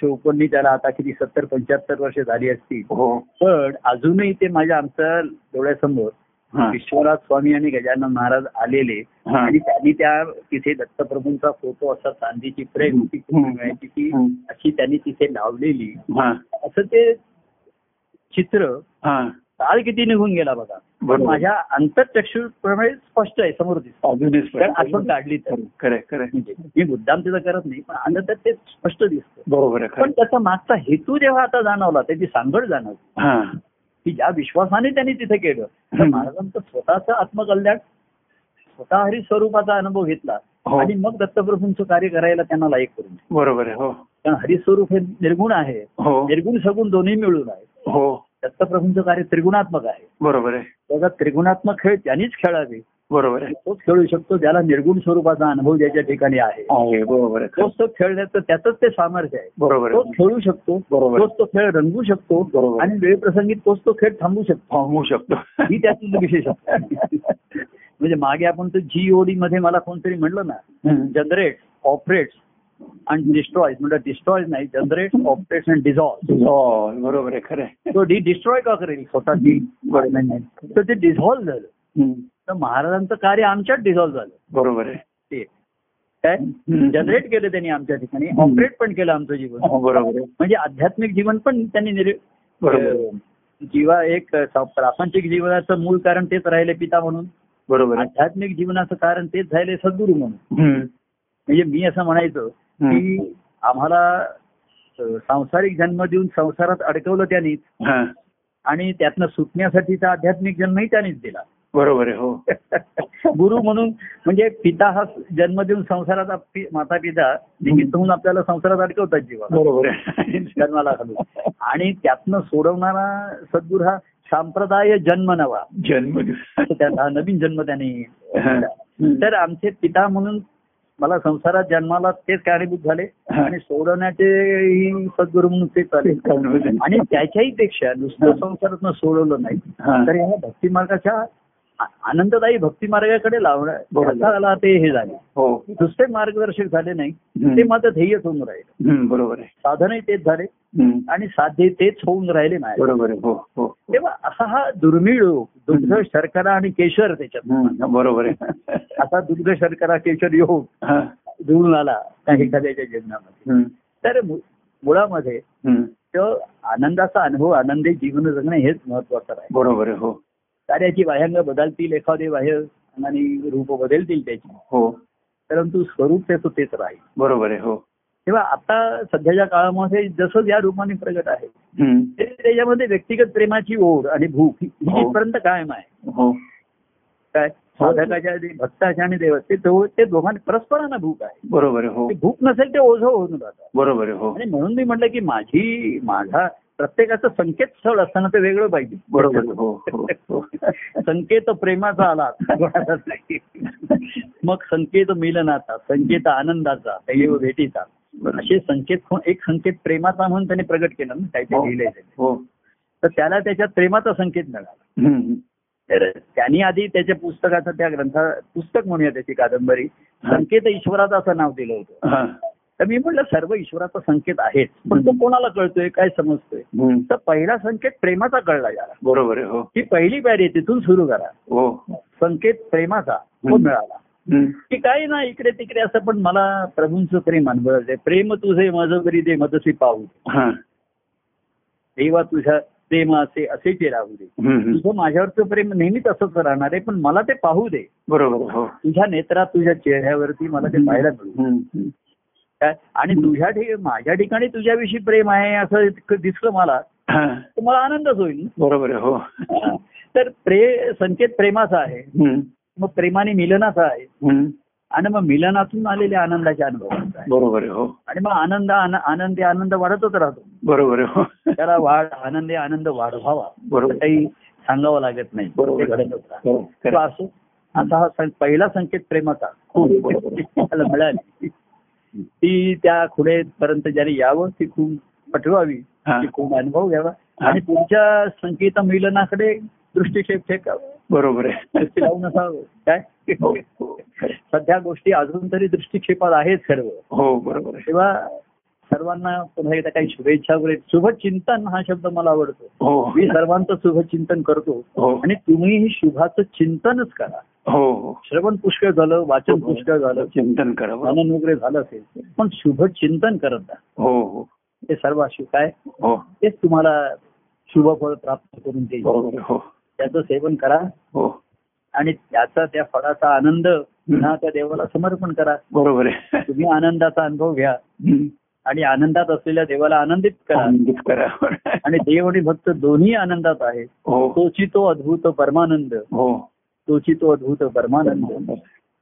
Speaker 2: चौपन्नी त्याला आता किती सत्तर पंच्याहत्तर वर्ष झाली असतील
Speaker 1: हो
Speaker 2: पण अजूनही ते माझ्या आमच्या डोळ्यासमोर
Speaker 1: हा.
Speaker 2: विश्वनाथ स्वामी आणि गजानन महाराज आलेले
Speaker 1: हा.
Speaker 2: आणि त्यांनी त्या तिथे दत्तप्रभूंचा फोटो असा चांदीची फ्रेम होती
Speaker 1: हम्म.
Speaker 2: मिळायची ती
Speaker 1: हम्म.
Speaker 2: अशी त्यांनी तिथे लावलेली
Speaker 1: हा
Speaker 2: असं ते चित्र
Speaker 1: हा
Speaker 2: काल किती निघून गेला बघा पण
Speaker 1: बरोबर.
Speaker 2: माझ्या आंतरचक्षुप्रमाणे स्पष्ट आहे समोर दिसत
Speaker 1: अजूनच
Speaker 2: कारण आठवण काढली तर
Speaker 1: खरे खरे
Speaker 2: म्हणजे मी मुद्दाम तिथं करत नाही पण आता तर ते स्पष्ट दिसतं
Speaker 1: बरोबर आहे
Speaker 2: पण
Speaker 1: खरं
Speaker 2: त्याचा मागचा हेतू जेव्हा आता जाणवला त्याची सांगड जाणवली
Speaker 1: हा
Speaker 2: की ज्या विश्वासाने त्यांनी तिथे केलं तर
Speaker 1: हम्म.
Speaker 2: महाराजांचं स्वतःचं आत्मकल्याण स्वतः हरिस्वरूपाचा अनुभव घेतला
Speaker 1: हो.
Speaker 2: आणि मग दत्तप्रभूंचं कार्य करायला त्यांना लायक करून दिलं.
Speaker 1: बरोबर आहे हो
Speaker 2: कारण हरिस्वरूप हे निर्गुण आहे
Speaker 1: हो
Speaker 2: निर्गुण सगुण दोन्ही मिळून आहे
Speaker 1: हो
Speaker 2: दत्तप्रभूंचं कार्य त्रिगुणात्मक आहे
Speaker 1: बरोबर आहे
Speaker 2: त्याचा त्रिगुणात्मक खेळ त्यांनीच खेळावे
Speaker 1: बरोबर आहे
Speaker 2: तोच खेळू शकतो ज्याला निर्गुण स्वरूपाचा अनुभव ज्याच्या ठिकाणी आहे
Speaker 1: आहे बरोबर आहे
Speaker 2: तोच तो खेळण्याचं त्याचंच ते सामर्थ्य आहे
Speaker 1: बरोबर
Speaker 2: तोच
Speaker 1: आहे
Speaker 2: खेळू शकतो
Speaker 1: बरोबर.
Speaker 2: तोच तो खेळ रंगू शकतो
Speaker 1: बरोबर. हो.
Speaker 2: आणि वेळप्रसंगी तोच तो खेळ थांबू शकतो
Speaker 1: थांबवू शकतो
Speaker 2: ही त्यातली विशेषता आहे. म्हणजे मागे आपण ते जीओडी मध्ये मला कोणतरी म्हणलं ना
Speaker 1: हम्म.
Speaker 2: जनरेट ऑपरेट आणि डिस्ट्रॉय म्हणजे डिस्ट्रॉय नाही जनरेट ऑपरेट अँड डिझॉल्व
Speaker 1: हो बरोबर आहे खरं आहे
Speaker 2: तो डी डिस्ट्रॉय का करेल स्वतःची
Speaker 1: बरोबर.
Speaker 2: नाही, नाही. तर ते डिझॉल्व्ह झालं
Speaker 1: हम्म.
Speaker 2: तर महाराजांचं कार्य आमच्यात डिझॉल्व्ह झालं
Speaker 1: बरोबर आहे
Speaker 2: ते काय
Speaker 1: हम्म.
Speaker 2: जनरेट केलं त्यांनी आमच्या ठिकाणी
Speaker 1: हम्म.
Speaker 2: ऑपरेट पण केलं आमचं जीवन
Speaker 1: हो, बरोबर आहे
Speaker 2: म्हणजे आध्यात्मिक जीवन पण त्यांनी निर-
Speaker 1: बरोबर.
Speaker 2: अं, जीवा एक सा- प्रापंचिक जीवनाचं मूळ कारण तेच राहिले पिता म्हणून
Speaker 1: बरोबर आहे
Speaker 2: आध्यात्मिक जीवनाचं कारण तेच राहिले सद्गुरू म्हणून
Speaker 1: हम्म.
Speaker 2: म्हणजे मी असं म्हणायचं की
Speaker 1: हम्म.
Speaker 2: आम्हाला अं, सांसारिक जन्म देऊन संसारात अडकवलं त्यानीच
Speaker 1: हा.
Speaker 2: आणि त्यातनं सुटण्यासाठीचा आध्यात्मिक जन्मही त्यानेच दिला
Speaker 1: बरोबर आहे हो
Speaker 2: गुरु म्हणून म्हणजे पिता हा जन्म देऊन संसाराचा पि- माता पिता लिखित होऊन आपल्याला संसारात अडकवतात जीवन
Speaker 1: बरोबर आहे
Speaker 2: जन्माला घालून आणि त्यातनं सोडवणारा सद्गुरू हा सांप्रदाय जन्म नवा
Speaker 1: जन्मदिवस
Speaker 2: असं त्याचा हा नवीन जन्म त्याने
Speaker 1: हा.
Speaker 2: तर आमचे पिता म्हणून मला संसारात जन्माला तेच कारणीभूत झाले
Speaker 1: हा.
Speaker 2: आणि सोडवण्याचे सद्गुरू म्हणून तेच आले
Speaker 1: जन्मदिवस.
Speaker 2: आणि त्याच्याही पेक्षा नुसतं
Speaker 1: हा.
Speaker 2: संसारातनं सोडवलं नाही
Speaker 1: हा.
Speaker 2: तर ह्या भक्ती मार्गाच्या आ- आनंददायी भक्ती मार्गाकडे
Speaker 1: बरोबर.
Speaker 2: लावण्याला ते हे झाले
Speaker 1: हो
Speaker 2: दुसरे मार्गदर्शक झाले नाही
Speaker 1: हम्म.
Speaker 2: ते माझं ध्येयच होऊन राहिलं
Speaker 1: हम्म, बरोबर आहे
Speaker 2: साधनही तेच झाले
Speaker 1: हम्म.
Speaker 2: आणि साध्य तेच होऊन राहिले नाही
Speaker 1: बरोबर आहे हो हो
Speaker 2: तेव्हा असा हा दुर्मिळ योग दुग्ध शर्करा आणि केशर त्याच्यात
Speaker 1: हम्म, बरोबर आहे
Speaker 2: असा दुग्ध शर्करा केशर योग
Speaker 1: हा.
Speaker 2: जुळून आला काही एखाद्याच्या जीवनामध्ये
Speaker 1: हम्म,
Speaker 2: तर मु- मुळामध्ये
Speaker 1: हम्म.
Speaker 2: तो आनंदाचा अनुभव आनंदी जीवन जगणे हेच महत्वाचं आहे
Speaker 1: बरोबर आहे हो
Speaker 2: कार्याची बाह्यांग बदलतील एखादे बाह्य आणि रूप बदलतील त्याची
Speaker 1: हो
Speaker 2: परंतु स्वरूप त्याचं तेच राहील
Speaker 1: बरोबर आहे हो
Speaker 2: तेव्हा आता सध्याच्या काळामध्ये जसं या रूपाने प्रगट आहे
Speaker 1: हम्म,
Speaker 2: ते त्याच्यामध्ये व्यक्तिगत प्रेमाची ओढ आणि भूक ही ही
Speaker 1: हो.
Speaker 2: जिथपर्यंत कायम आहे
Speaker 1: हो
Speaker 2: काय साधकाच्या आणि भक्ताच्या आणि देव ते दो- ते दोघांना परस्परांना भूक आहे
Speaker 1: बरोबर आहे हो
Speaker 2: ते भूक नसेल ते ओझं होऊन जातात
Speaker 1: बरोबर आहे हो
Speaker 2: आणि म्हणून मी म्हटलं की माझी माझा प्रत्येकाचं संकेतस्थळ असताना ते वेगळं पाहिजे
Speaker 1: बरोबर आहे, हो हो हो
Speaker 2: संकेत प्रेमाचा आला कोणाचाच नाही. मग संकेत मिलनाचा संकेत आनंदाचा दैव भेटीचा
Speaker 1: बरोबर.
Speaker 2: असे संकेत कोण- एक संकेत प्रेमाचा म्हणून त्यांनी प्रगट केला ना काहीतरी
Speaker 1: हो,
Speaker 2: लिहिलंय त्यांनी.
Speaker 1: हो
Speaker 2: तर त्याला त्याच्यात प्रेमाचा संकेत मिळाला
Speaker 1: हम्म,
Speaker 2: तर त्यांनी आधी त्याच्या पुस्तकाचं त्या ग्रंथा पुस्तक म्हणूया त्याची कादंबरी
Speaker 1: हा.
Speaker 2: संकेत ईश्वराचं असं नाव दिलं होतं
Speaker 1: हा.
Speaker 2: तर मी म्हटलं सर्व ईश्वराचा संकेत आहेच पण तो
Speaker 1: हम्म.
Speaker 2: कोणाला कळतोय काय समजतोय
Speaker 1: हम्म,
Speaker 2: तर पहिला संकेत प्रेमाचा कळला याला
Speaker 1: बरोबर आहे हो
Speaker 2: ही पहिली पायरी आहे, तिथून सुरू करा
Speaker 1: हो
Speaker 2: संकेत प्रेमाचा तो
Speaker 1: हम्म.
Speaker 2: मिळाला
Speaker 1: हम्म,
Speaker 2: की काही ना इकडे तिकडे असं पण मला प्रभूंचं प्रेम अनुभवायचंय प्रेम तुझे माझं करी दे मदसी पाहू
Speaker 1: हा.
Speaker 2: देवा तुझ्या प्रेमाचे असे ते राहू दे
Speaker 1: हम्म, हम्म.
Speaker 2: तुझं माझ्यावरचं प्रेम नेहमीच असंच राहणार आहे पण मला ते पाहू दे
Speaker 1: बरोबर आहे, हो
Speaker 2: तुझ्या नेत्रात तुझ्या चेहऱ्यावरती मला ते पाहायला मिळू
Speaker 1: हम्म, हम्म.
Speaker 2: काय आणि तुझ्या ठिक- माझ्या ठिकाणी तुझ्याविषयी प्रेम आहे असं इतकं दिसलं मला
Speaker 1: हा.
Speaker 2: तर मला आनंदच होईल
Speaker 1: बरोबर आहे हो
Speaker 2: ना. तर प्रे संकेत प्रेमाचा आहे
Speaker 1: हम्म,
Speaker 2: मग प्रेमाने मिलनाचा आहे
Speaker 1: हम्म.
Speaker 2: आणि मग मिलनातून आलेल्या आनंदाच्या अनुभवाचा आहे
Speaker 1: बरोबर आहे हो
Speaker 2: आणि मग आनंद आन- आनंदी आनंद वाढतच राहतो
Speaker 1: बरोबर आहे हो
Speaker 2: त्याला वाढ आनंदी आनंद वाढवावा
Speaker 1: बरोबर.
Speaker 2: असं काही सांगावं लागत नाही
Speaker 1: बरोबर.
Speaker 2: ते घडतच राहतं.
Speaker 1: हो,
Speaker 2: तर
Speaker 1: खरं.
Speaker 2: असं असा हा सं- पहिला संकेत प्रेमाचा
Speaker 1: हो, बरोबर आहे.
Speaker 2: त्याला मिळाली ती त्या खुणेपर्यंत ज्याने यावं ती खूप पटवावी
Speaker 1: हा.
Speaker 2: ती खूप अनुभव घ्यावा
Speaker 1: हा.
Speaker 2: आणि तुमच्या संकेत मिलनाकडे दृष्टिक्षेप फेकावं
Speaker 1: बरोबर आहे
Speaker 2: दृष्टी लावून असावं काय
Speaker 1: हो, हो, खरं.
Speaker 2: सध्या गोष्टी अजून तरी दृष्टिक्षेपात आहेत सर्व
Speaker 1: हो बरोबर आहे
Speaker 2: तेव्हा सर्वांना पुन्हा एकदा काही शुभेच्छा वगैरे शुभचिंतन हा शब्द मला आवडतो
Speaker 1: हो
Speaker 2: मी सर्वांचं शुभचिंतन करतो
Speaker 1: हो
Speaker 2: आणि तुम्हीही शुभाचं चिंतनच करा
Speaker 1: हो हो
Speaker 2: श्रवण पुष्कळ झालं वाचन पुष्कळ झालं
Speaker 1: चिंतन करा बरोबर.
Speaker 2: मनन वगैरे झालं असेल पण शुभ चिंतन करत जा
Speaker 1: हो हो
Speaker 2: ते सर्व अशुभ काय
Speaker 1: हो
Speaker 2: तेच तुम्हाला शुभ फळ प्राप्त करून देईल
Speaker 1: बरोबर आहे, हो
Speaker 2: त्याचं सेवन करा
Speaker 1: हो
Speaker 2: आणि त्याचा त्या फळाचा आनंद पुन्हा त्या देवाला समर्पण करा
Speaker 1: बरोबर आहे
Speaker 2: तुम्ही आनंदाचा अनुभव घ्या
Speaker 1: हम्म.
Speaker 2: आणि आनंदात असलेल्या देवाला आनंदित करा
Speaker 1: आनंदित म्हणजे करा
Speaker 2: आणि देव आणि भक्त दोन्ही आनंदात आहे
Speaker 1: हो
Speaker 2: तोची तो अद्भुत परमानंद
Speaker 1: हो
Speaker 2: तोची तो अद्भुत परमानंद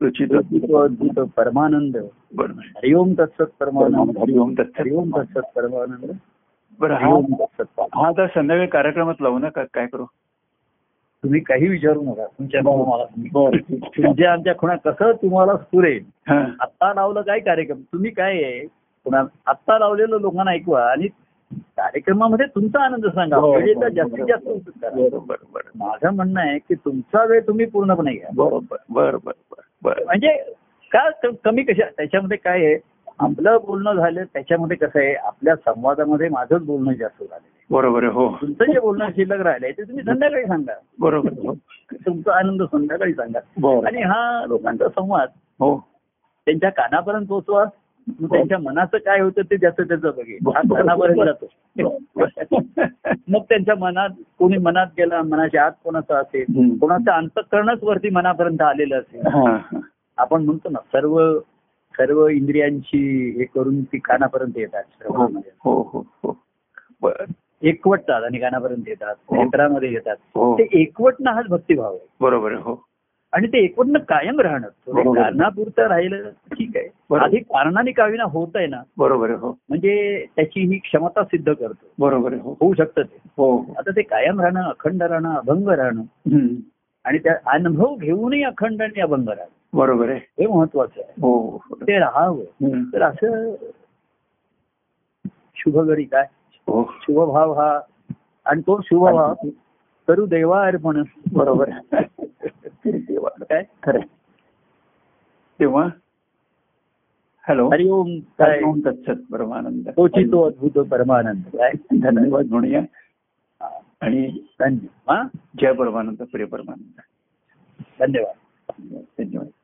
Speaker 1: रुचित
Speaker 2: तोची तो अद्भुत परमानंद
Speaker 1: बरोबर
Speaker 2: हरिओम तत्सत परमानंद
Speaker 1: हरिओम दत्त.
Speaker 2: हरिओम तत्सत परमानंद
Speaker 1: बरं
Speaker 2: हरिओम
Speaker 1: हा
Speaker 2: तत्सत
Speaker 1: हा तर संध्याकाळी कार्यक्रमात लावू नका काय करू
Speaker 2: तुम्ही काही विचारू नका तुमच्या
Speaker 1: बरं.
Speaker 2: मला तुमच्या आमच्या खुणा कसं तुम्हाला पुरेल
Speaker 1: हा.
Speaker 2: आत्ता लावलं काय कार्यक्रम तुम्ही काय आहे पुन्हा आत्ता लावलेलं लोकांना ऐकवा आणि कार्यक्रमामध्ये तुमचा आनंद सांगा
Speaker 1: हो, हो,
Speaker 2: वेळेचा
Speaker 1: हो.
Speaker 2: जास्तीत जास्त उपयोग करा
Speaker 1: बरोबर बरोबर
Speaker 2: माझं म्हणणं आहे की तुमचा वेळ तुम्ही पूर्णपणे घ्या
Speaker 1: बरोबर बरोबर बरोबर
Speaker 2: म्हणजे का क- कमी कशा त्याच्यामध्ये काय आहे आपलं बोलणं झालं त्याच्यामध्ये कसं आहे आपल्या संवादामध्ये माझंच बोलणं जास्त झालेलं आहे
Speaker 1: बरोबर आहे, हो
Speaker 2: तुमचं जे बोलणं शिल्लक राहिलंय ते तुम्ही संध्याकाळी सांगा
Speaker 1: बरोबर आहे, हो
Speaker 2: तुमचा आनंद संध्याकाळी सांगा
Speaker 1: बरोबर
Speaker 2: आणि हा लोकांचा संवाद
Speaker 1: हो
Speaker 2: त्यांच्या कानापर्यंत पोहोचवा मग त्यांच्या मनाचं काय होतं ते ज्याचं त्याचं बघेल हा कानापर्यंत जातो
Speaker 1: बरोबर.
Speaker 2: मग त्यांच्या मनात कोणी मनात गेला मनाच्या आत कोणाचा
Speaker 1: हम्म.
Speaker 2: असेल कोणाचं अंतकरणच वरती मनापर्यंत आलेलं असेल
Speaker 1: हा, हा.
Speaker 2: आपण म्हणतो ना सर्व सर्व इंद्रियांची हे करून ती कानापर्यंत येतात
Speaker 1: हो
Speaker 2: श्रवणामध्ये.
Speaker 1: हो हो हो बर-
Speaker 2: एकवटतात आणि कानापर्यंत येतात
Speaker 1: हो.
Speaker 2: नेत्रामध्ये येतात
Speaker 1: हो.
Speaker 2: ते एकवटणं हाच भक्तिभाव आहे
Speaker 1: बरोबर आहे, हो
Speaker 2: आणि ते एकवटणं कायम राहणं थोडं
Speaker 1: बरोबर.
Speaker 2: कारणापुरतं राहिलं ठीक आहे
Speaker 1: बरोबर.
Speaker 2: आधी कारणाने काविना होत आहे ना
Speaker 1: बरोबर आहे, हो
Speaker 2: म्हणजे त्याची ही क्षमता सिद्ध करतो
Speaker 1: बरोबर आहे, हो
Speaker 2: होऊ शकतं ते
Speaker 1: हो हो.
Speaker 2: आता ते कायम राहणं अखंड राहणं अभंग राहणं
Speaker 1: हम्म.
Speaker 2: आणि त्या अनुभव घेऊनही अखंड आणि अभंग राहणं
Speaker 1: बरोबर आहे
Speaker 2: हे महत्वाचं आहे
Speaker 1: हो हो.
Speaker 2: ते राहावं
Speaker 1: हम्म.
Speaker 2: तर असं शुभगडी काय
Speaker 1: हो
Speaker 2: शुभभाव हा आणि तो शुभभाव करू देवा अर्पण
Speaker 1: बरोबर आहे. तेव्हा
Speaker 2: काय
Speaker 1: खरं आहे. तेव्हा हॅलो
Speaker 2: हरि ओम काय हो,
Speaker 1: हरिओम तत्सत परमानंद
Speaker 2: तोची तो अद्भुत परमानंद काय
Speaker 1: धन्यवाद म्हणूया
Speaker 2: हा.
Speaker 1: आणि
Speaker 2: धन्य हा
Speaker 1: जय परमानंद प्रिय परमानंद
Speaker 2: धन्यवाद
Speaker 1: धन्यवाद